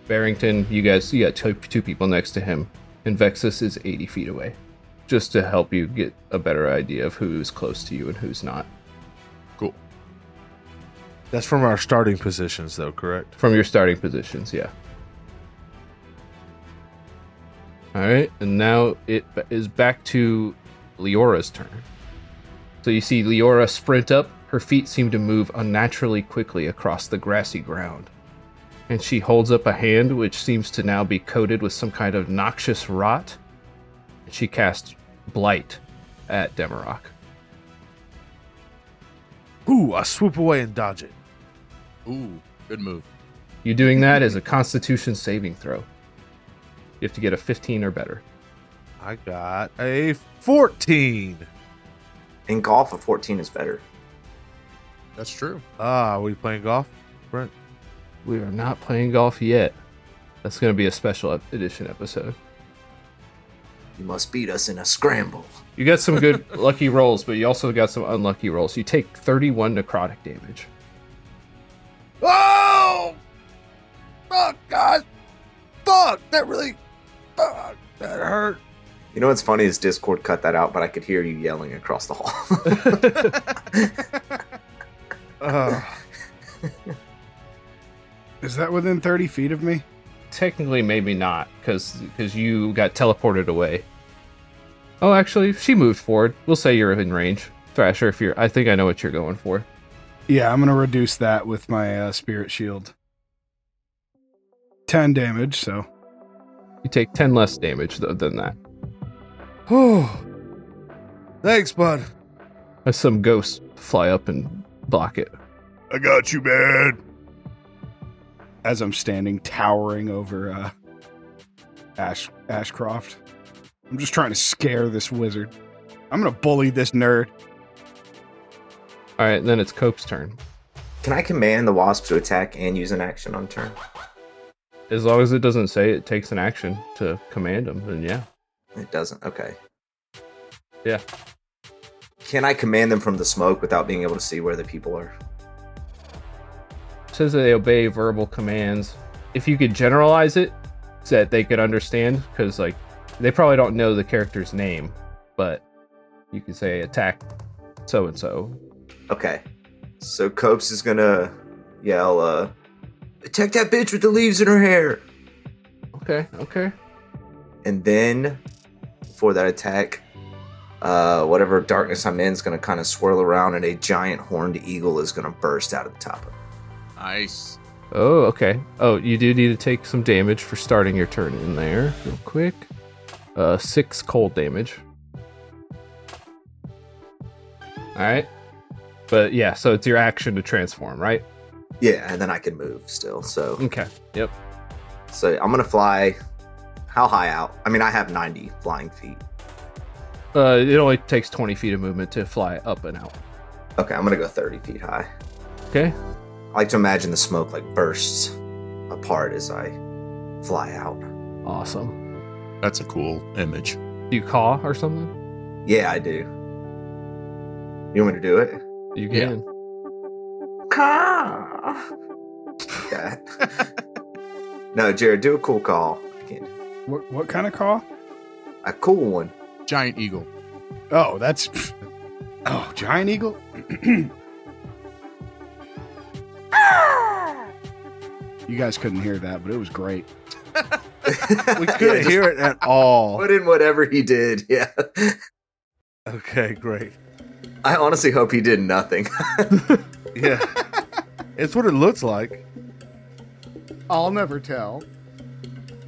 B: Barrington, you guys, you got two, two people next to him. And Vexus is 80 feet away. Just to help you get a better idea of who's close to you and who's not.
F: That's from our starting positions, though, correct?
B: From your starting positions, yeah. All right, and now it b- is back to Leora's turn. So you see Leora sprint up. Her feet seem to move unnaturally quickly across the grassy ground. And she holds up a hand which seems to now be coated with some kind of noxious rot. And she casts Blight at Demarok.
F: Ooh, I swoop away and dodge it.
A: Ooh, good move.
B: You doing that is a constitution saving throw. You have to get a 15 or better.
F: I got a 14.
C: In golf, a 14 is better.
A: That's true.
F: Ah, are we playing golf, Brent?
B: We are not playing golf yet. That's going to be a special ep- edition episode.
C: You must beat us in a scramble.
B: You got some good lucky rolls, but you also got some unlucky rolls. You take 31 necrotic damage.
F: Oh! Fuck, God! Fuck! That really. Fuck! That hurt.
C: You know what's funny is Discord cut that out, but I could hear you yelling across the hall.
F: Ugh.
G: Is that within 30 feet of me?
B: Technically, maybe not, because you got teleported away. Oh, actually, she moved forward. We'll say you're in range, Thrasher. If you're, I think I know what you're going for.
G: Yeah, I'm going to reduce that with my uh, spirit shield. 10 damage, so.
B: You take 10 less damage though, than that.
F: Whew. Thanks, bud.
B: As some ghosts fly up and block it.
E: I got you, man.
G: As I'm standing towering over uh, Ash Ashcroft, I'm just trying to scare this wizard. I'm going to bully this nerd.
B: All right, and then it's Cope's turn.
C: Can I command the wasp to attack and use an action on turn?
B: As long as it doesn't say it takes an action to command them, then yeah.
C: It doesn't. Okay.
B: Yeah.
C: Can I command them from the smoke without being able to see where the people are?
B: says that they obey verbal commands. If you could generalize it so that they could understand, because like they probably don't know the character's name, but you could say attack so and so.
C: Okay. So Copes is gonna yell, uh, attack that bitch with the leaves in her hair.
B: Okay, okay.
C: and then before that attack, uh, whatever darkness I'm in is going to kind of swirl around, and a giant horned eagle is going to burst out of the top of it.
A: Nice.
B: Oh, okay. Oh, you do need to take some damage for starting your turn in there, real quick. Uh, six cold damage. All right. But yeah, so it's your action to transform, right?
C: Yeah, and then I can move still. So,
B: Okay. Yep.
C: so I'm going to fly. How high out? I mean, I have 90 flying feet.
B: Uh, it only takes 20 feet of movement to fly up and out.
C: Okay, I'm going to go 30 feet high.
B: Okay.
C: I like to imagine the smoke like bursts apart as I fly out.
B: Awesome.
A: That's a cool image.
B: Do you caw or something?
C: Yeah, I do. You want me to do it?
B: You
A: Yeah.
B: can.
C: Yeah. no, Jared, do a cool call. I can't-
G: What what kind of call?
C: A cool one.
A: Giant eagle.
G: Oh, that's oh giant eagle. you guys couldn't hear that, but it was great.
F: We
C: Yeah,
F: couldn't
C: just
F: hear it at all.
C: Put in whatever he did. Yeah.
F: Okay, great.
C: I honestly hope he did nothing.
F: Yeah. it's what it looks like.
G: I'll never tell.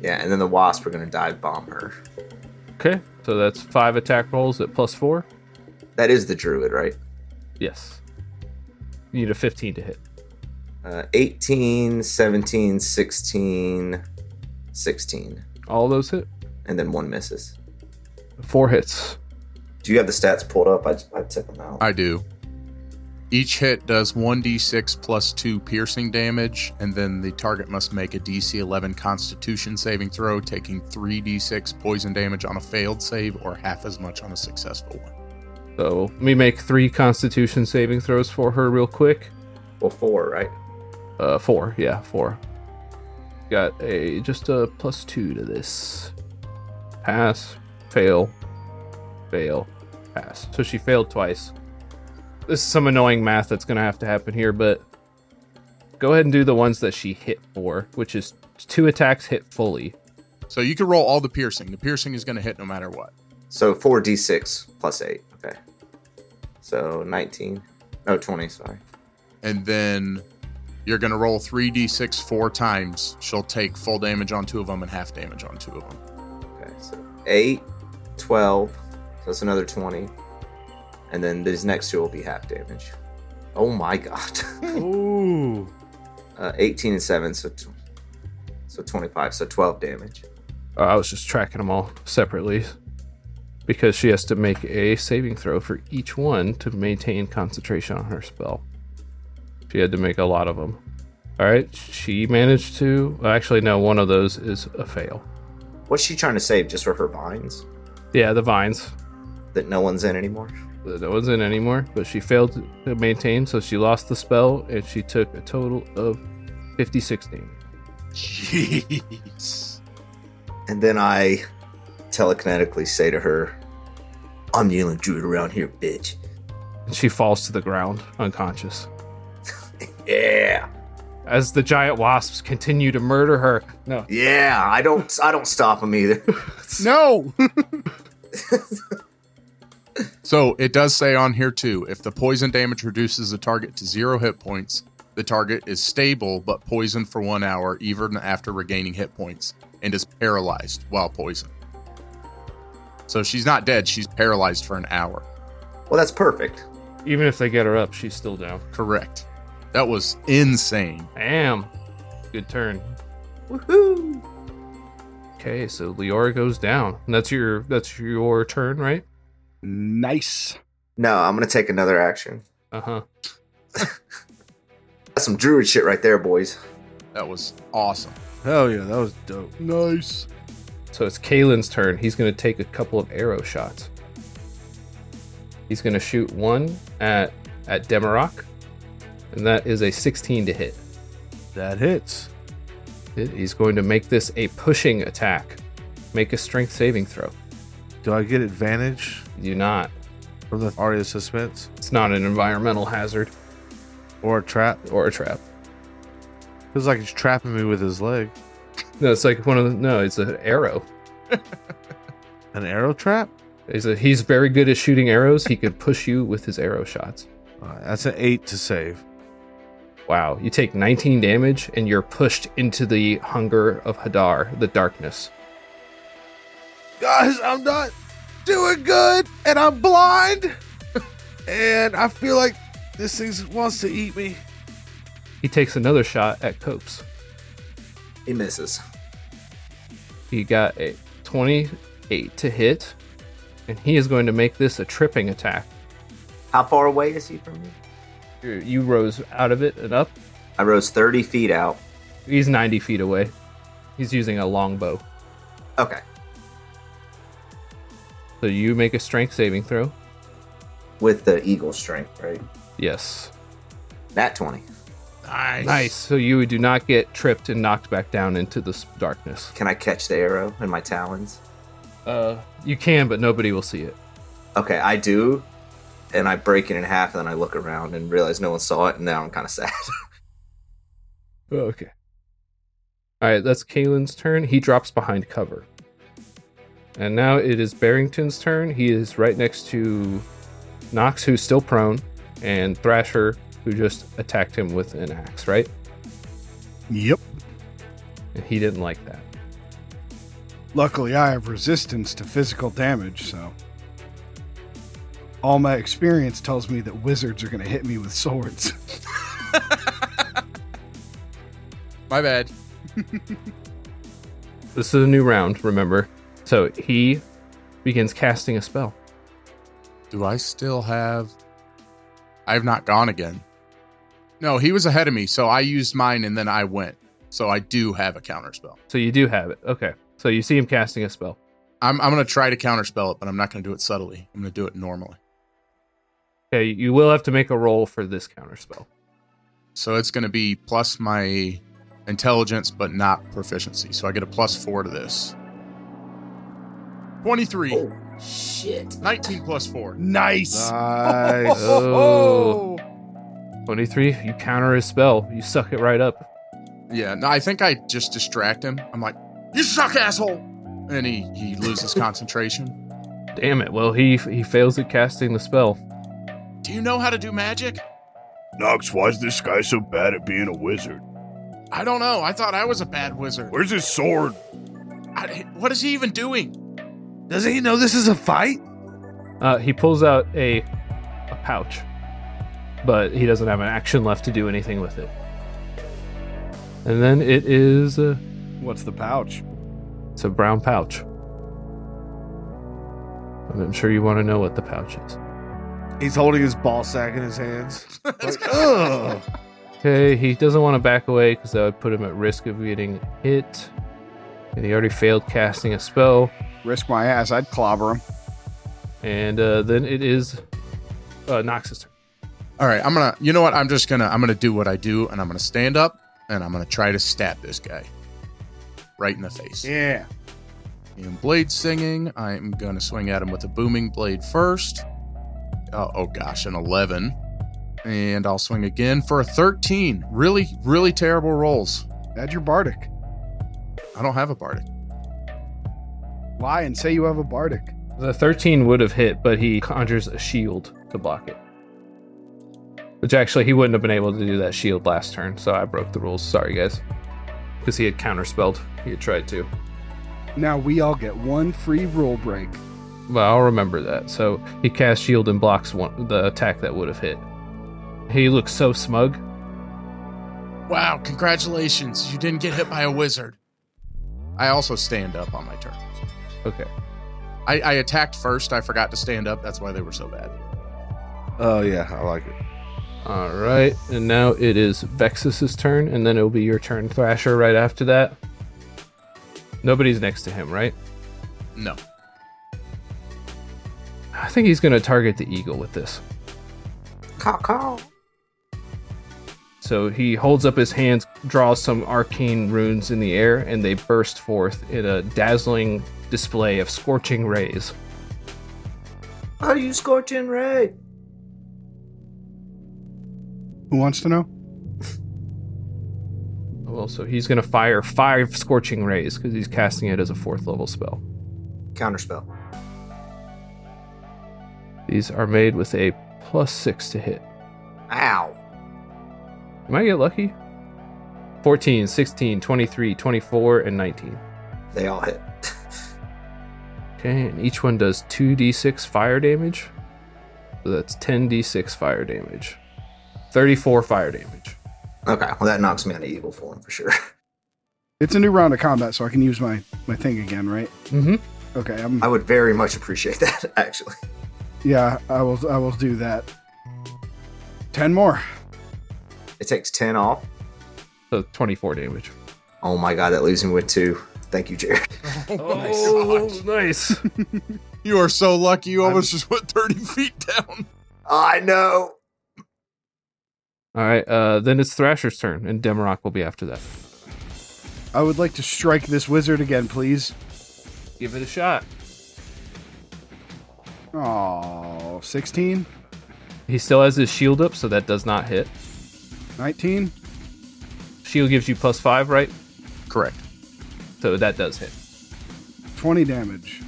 C: yeah, and then the wasp are going to dive bomb her.
B: Okay. So that's five attack rolls at plus four.
C: That is the druid, right?
B: Yes. You need a 15 to hit.
C: Uh, 18, 17, 16, 16,
B: All those hit.
C: and then one misses.
B: Four hits.
C: Do you have the stats pulled up? I, I took them out.
A: I do. Each hit does 1d6 plus 2 piercing damage, and then the target must make a DC 11 constitution saving throw, taking 3d6 poison damage on a failed save or half as much on a successful one.
B: So let me make three Constitution saving throws for her real quick.
C: Well, four, right?
B: Uh, four, yeah, four. Got a just a plus two to this. Pass, fail, fail, pass. So she failed twice. This is some annoying math that's gonna have to happen here, but go ahead and do the ones that she hit for, which is two attacks hit fully.
A: So you can roll all the piercing. The piercing is going to hit no matter what.
C: So 4d6 plus 8. Okay. So 19. No, 20, sorry.
A: And then you're going to roll 3d6 four times. She'll take full damage on two of them and half damage on two of them.
C: Okay, so 8, 12. So that's another 20. And then these next two will be half damage. Oh my god.
F: Ooh.
C: uh, 18 and 7, so, tw- so 25, so 12 damage.
B: Uh, I was just tracking them all separately because she has to make a saving throw for each one to maintain concentration on her spell. She had to make a lot of them. All right, she managed to. well, Actually, no, one of those is a fail.
C: What's she trying to save? Just for her vines?
B: Yeah, the vines.
C: That no one's in anymore?
B: that No one's in anymore, but she failed to maintain, so she lost the spell and she took a total of 56 damage.
A: Jeez.
C: And then I telekinetically say to her, I'm the only druid around here, bitch.
B: And she falls to the ground unconscious.
C: Yeah.
B: As the giant wasps continue to murder her. No,
C: Yeah, I don't I don't stop them either.
G: No.
A: So it does say on here too if the poison damage reduces the target to zero hit points, the target is stable but poisoned for one hour, even after regaining hit points, and is paralyzed while poisoned. So she's not dead, she's paralyzed for an hour.
C: Well, that's perfect.
B: Even if they get her up, she's still down.
A: Correct. That was insane.
B: Damn. Good turn.
C: Woohoo!
B: Okay, so Leora goes down. And that's your that's your turn, right?
G: nice.
C: No, I'm gonna take another action.
B: Uh-huh.
C: That's some druid shit right there, boys.
A: That was awesome.
F: Hell yeah, that was dope.
G: Nice.
B: So it's Kalen's turn. He's gonna take a couple of arrow shots. He's gonna shoot one at at Demarok. And that is a 16 to hit.
F: That hits.
B: It- He's going to make this a pushing attack. Make a strength saving throw.
F: Do I get advantage
B: You do not.
F: from the Aria suspense
B: It's not an environmental hazard
F: or a trap?
B: or a trap.
F: Feels like he's trapping me with his leg.
B: No, it's like one of the, no, it's an arrow.
F: An arrow trap?
B: He's, a, he's very good at shooting arrows. He could push you with his arrow shots.
F: Alright, that's an eight to save.
B: Wow, you take 19 damage and you're pushed into the hunger of Hadar, the darkness.
F: Guys, I'm not doing good and I'm blind and I feel like this thing wants to eat me.
B: He takes another shot at Copes.
C: He misses.
B: He got a 28 to hit, and he is going to make this a tripping attack.
C: How far away is he from me?
B: You- You rose out of it and up.
C: I rose 30 feet out.
B: He's 90 feet away. He's using a longbow.
C: Okay.
B: So you make a strength saving throw.
C: With the eagle strength, right?
B: Yes.
C: That 20.
F: Nice.
B: Nice. So you do not get tripped and knocked back down into this darkness.
C: Can I catch the arrow in my talons?
B: Uh, you can, but nobody will see it.
C: Okay, I do. And I break it in half, and then I look around and realize no one saw it, and now I'm kind of sad.
B: Oh, Okay. All right, that's Kalen's turn. He drops behind cover. And now it is Barrington's turn. He is right next to Knox, who's still prone, and Thrasher, who just attacked him with an axe, right?
G: Yep.
B: And he didn't like that.
G: Luckily, I have resistance to physical damage, so. All my experience tells me that wizards are going to hit me with swords.
A: My bad.
B: This is a new round, remember? So he begins casting a spell.
A: Do I still have? I have not gone again. No, he was ahead of me, so I used mine and then I went. So I do have a counter spell.
B: So you do have it. Okay. So you see him casting a spell.
A: I'm I'm gonna try to counter spell it, but I'm not gonna do it subtly. I'm gonna do it normally.
B: Okay, you will have to make a roll for this counter spell.
A: So it's gonna be plus my intelligence, but not proficiency. So I get a plus four to this. 23.
C: shit.
A: 19 plus 4.
G: nice!
F: Nice.
B: Oh. 23, you counter his spell. You suck it right up.
A: Yeah, no, I think I just distract him. I'm like, you suck, asshole! And he, he loses concentration.
B: Damn it. Well, he he fails at casting the spell.
A: Do you know how to do magic?
E: Knox, why is this guy so bad at being a wizard?
A: I don't know. I thought I was a bad wizard.
E: Where's his sword?
A: I, what is he even doing?
F: Doesn't he know this is a fight?
B: Uh, he pulls out a a pouch, but he doesn't have an action left to do anything with it. And then it is uh,
G: What's the pouch?
B: it's a brown pouch. And I'm sure you want to know what the pouch is.
F: He's holding his ball sack in his hands. Like, ugh.
B: Okay, he doesn't want to back away because that would put him at risk of getting hit. And he already failed casting a spell.
G: Risk my ass. I'd clobber him.
B: And uh, then it is uh, Nox's turn.
A: All right, I'm gonna, you know what? I'm just gonna, I'm gonna do what I do and I'm gonna stand up and I'm gonna try to stab this guy right in the face.
G: Yeah.
A: And blade singing, I'm gonna swing at him with a booming blade first. Oh, oh gosh, an 11. And I'll swing again for a 13. Really, really terrible rolls.
G: Add your bardic.
A: I don't have a bardic.
G: Lie and say you have a bardic.
B: The 13 would have hit, but he conjures a shield to block it. Which actually, he wouldn't have been able to do that shield last turn, so I broke the rules. Sorry, guys. Because he had counterspelled. He had tried to.
G: Now we all get one free rule break.
B: But I'll remember that. So he casts shield and blocks one, the attack that would have hit. He looks so smug.
A: Wow, congratulations. You didn't get hit by a wizard. I also stand up on my turn.
B: Okay.
A: I, I attacked first. I forgot to stand up. That's why they were so bad.
F: Oh yeah, I like it.
B: All right. And now it is Vexus's turn, and then it'll be your turn, Thrasher, right after that. Nobody's next to him, right?
A: No.
B: I think he's going to target the eagle with this.
C: Caw, caw.
B: So he holds up his hands, draws some arcane runes in the air, and they burst forth in a dazzling display of scorching rays.
C: Are you scorching red?
G: Who wants to know?
B: Well, level, so he's going to fire five scorching rays because he's casting it as a fourth level spell.
C: Counterspell.
B: These are made with a plus six to hit.
C: Ow.
B: You might get lucky. 14, 16, 23, 24, and 19.
C: They all hit.
B: Okay, and each one does 2d6 fire damage. So that's 10d6 fire damage. 34 fire damage.
C: Okay, well that knocks me into evil form for sure.
G: It's a new round of combat, so I can use my my thing again, right?
B: Mm-hmm.
G: Okay, I'm.
C: I would very much appreciate that actually.
G: Yeah, I will. I will do that. Ten more.
C: It takes ten off.
B: So 24 damage.
C: Oh my god, that leaves me with two. Thank you, Jared.
B: Oh, nice.
A: You are so lucky. You almost just went 30 feet down.
C: I know.
B: All right, uh, then it's Thrasher's turn, and Demarok will be after that.
G: I would like to strike this wizard again, please.
B: Give it a shot.
G: Oh, 16,
B: He still has his shield up, so that does not hit.
G: 19.
B: Shield gives you plus five, right?
A: Correct.
B: So that does hit.
G: 20 damage.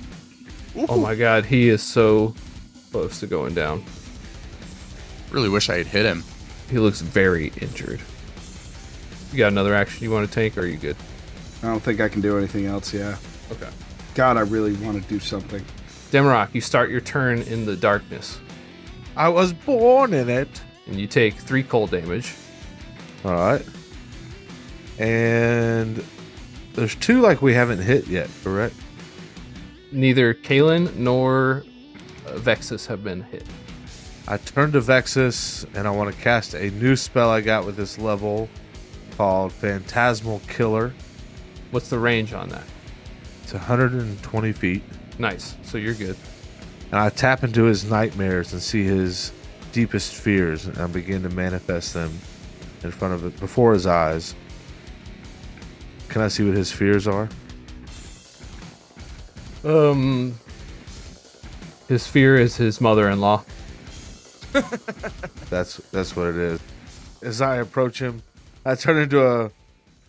B: Oh my god, he is so close to going down.
A: Really wish I had hit him.
B: He looks very injured. You got another action you want to take, or are you good?
G: I don't think I can do anything else, yeah.
B: Okay.
G: God, I really want to do something.
B: Demarok, you start your turn in the darkness,
F: I was born in it.
B: and you take three cold damage.
F: All right. And there's two like we haven't hit yet, correct?
B: Neither Kalen nor uh, Vexus have been hit.
F: I turn to Vexus and I want to cast a new spell I got with this level called Phantasmal Killer.
B: What's the range on that?
F: It's 120 feet.
B: Nice. So you're good.
F: And I tap into his nightmares and see his deepest fears and I begin to manifest them in front of it before his eyes. Can I see what his fears are?
B: Um, his fear is his mother-in-law.
F: That's that's what it is. As I approach him, I turn into a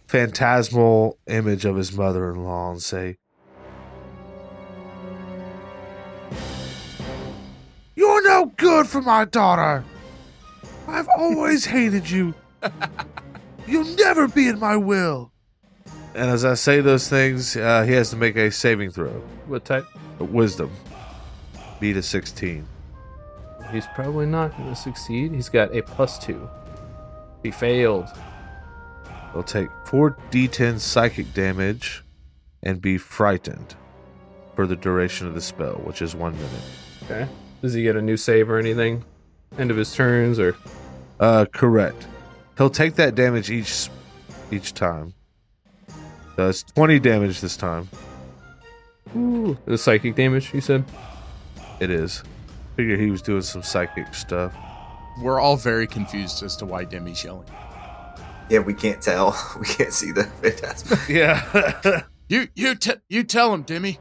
F: phantasmal image of his mother-in-law and say, "You're no good for my daughter. I've always hated you. You'll never be in my will." And as I say those things, uh, he has to make a saving throw,
B: What type?
F: a wisdom, beat a sixteen.
B: He's probably not going to succeed. He's got a plus two. He failed.
F: They'll take 4d10 psychic damage and be frightened for the duration of the spell, which is one minute.
B: Okay. Does he get a new save or anything? End of his turns or?
F: Uh, correct. He'll take that damage each each time. So it's 20 damage this time.
B: Ooh, the psychic damage you said.
F: It is. Figure he was doing some psychic stuff.
A: We're all very confused as to why Demi's yelling.
C: Yeah, we can't tell. We can't see the phantasm.
F: Yeah.
A: You you t- you tell him, Demi.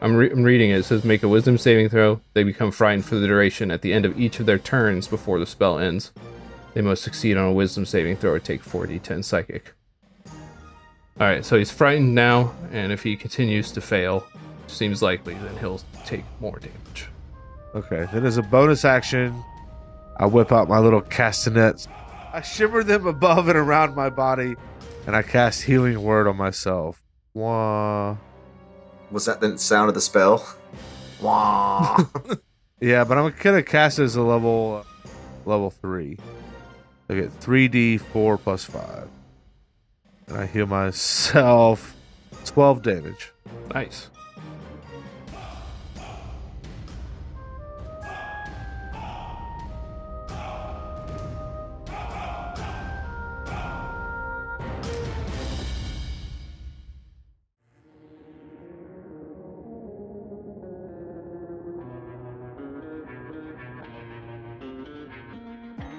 B: I'm, re- I'm reading it. It says make a wisdom saving throw. They become frightened for the duration at the end of each of their turns before the spell ends. They must succeed on a wisdom saving throw or take 4d10 psychic. Alright, so he's frightened now, and if he continues to fail, seems likely, then he'll take more damage.
F: okay, then as a bonus action, I whip out my little castanets. I shimmer them above and around my body, and I cast Healing Word on myself. Wah.
C: Was that the sound of the spell? Wah.
F: Yeah, but I'm gonna cast it as a level level three. I get three D four plus five. And I heal myself twelve damage.
B: Nice.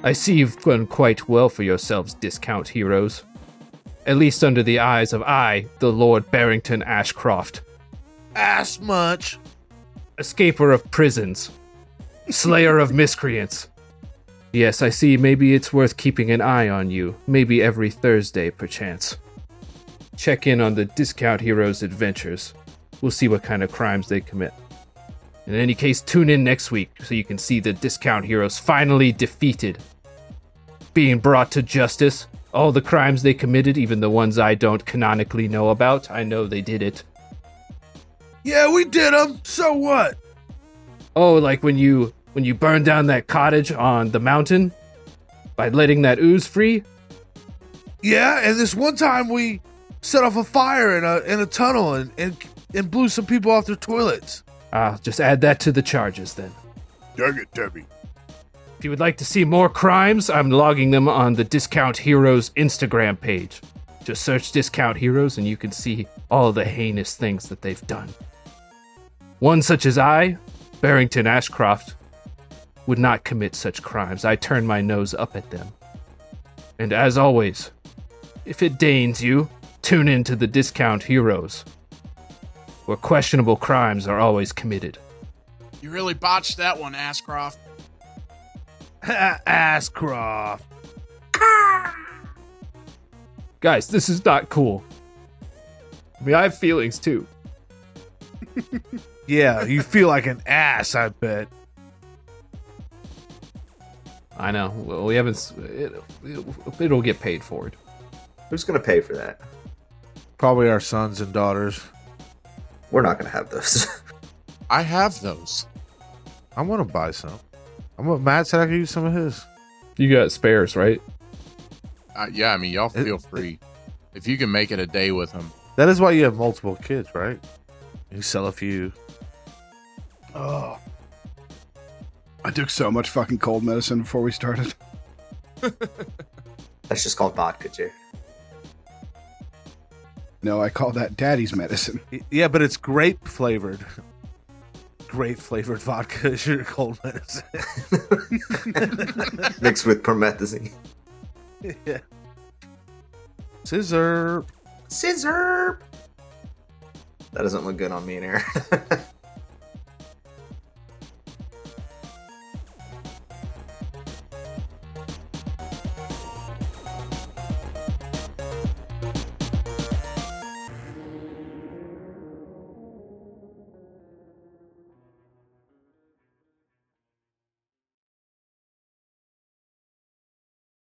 B: I see you've done quite well for yourselves, discount heroes. At least under the eyes of I, the Lord Barrington Ashcroft,
F: Ass much.
B: escaper of prisons, slayer of miscreants, Yes, I see. Maybe it's worth keeping an eye on you. Maybe every Thursday, perchance. Check in on the Discount Heroes' adventures. We'll see what kind of crimes they commit. In any case, tune in next week so you can see the Discount Heroes finally defeated, being brought to justice. All the crimes they committed, even the ones I don't canonically know about, I know they did it.
F: Yeah, we did them. So what?
B: Oh, like when you when you burn down that cottage on the mountain by letting that ooze free?
F: Yeah, and this one time we set off a fire in a in a tunnel and and, and blew some people off their toilets.
B: Ah, just add that to the charges then.
E: Dang it, Debbie.
B: If you would like to see more crimes, I'm logging them on the Discount Heroes Instagram page. Just search Discount Heroes and you can see all the heinous things that they've done. One such as I, Barrington Ashcroft, would not commit such crimes. I turn my nose up at them. And as always, if it deigns you, tune in to the Discount Heroes, where questionable crimes are always committed.
A: You really botched that one, Ashcroft.
F: Ashcroft.
B: Guys, this is not cool. I mean, I have feelings too.
F: Yeah, you feel like an ass, I bet.
B: I know. Well, we haven't. s- It, it, it'll get paid for it.
C: Who's going to pay for that?
F: Probably our sons and daughters.
C: We're not going to have those.
A: I have those.
F: I want to buy some. I'm what Matt said I could use some of his.
B: You got spares, right?
A: Uh, yeah, I mean, y'all
F: It-
A: feel free. If you can make it a day with them,
F: That is why you have multiple kids, right? You sell a few.
D: Oh. I took so much fucking cold medicine before we started.
C: That's just called vodka, Jerry.
D: No, I call that daddy's medicine.
F: Y- Yeah, but it's grape flavored. Grape flavored vodka is your cold medicine.
C: Mixed with promethazine.
F: yeah. Scissor.
C: Scissor! That doesn't look good on me and Aaron.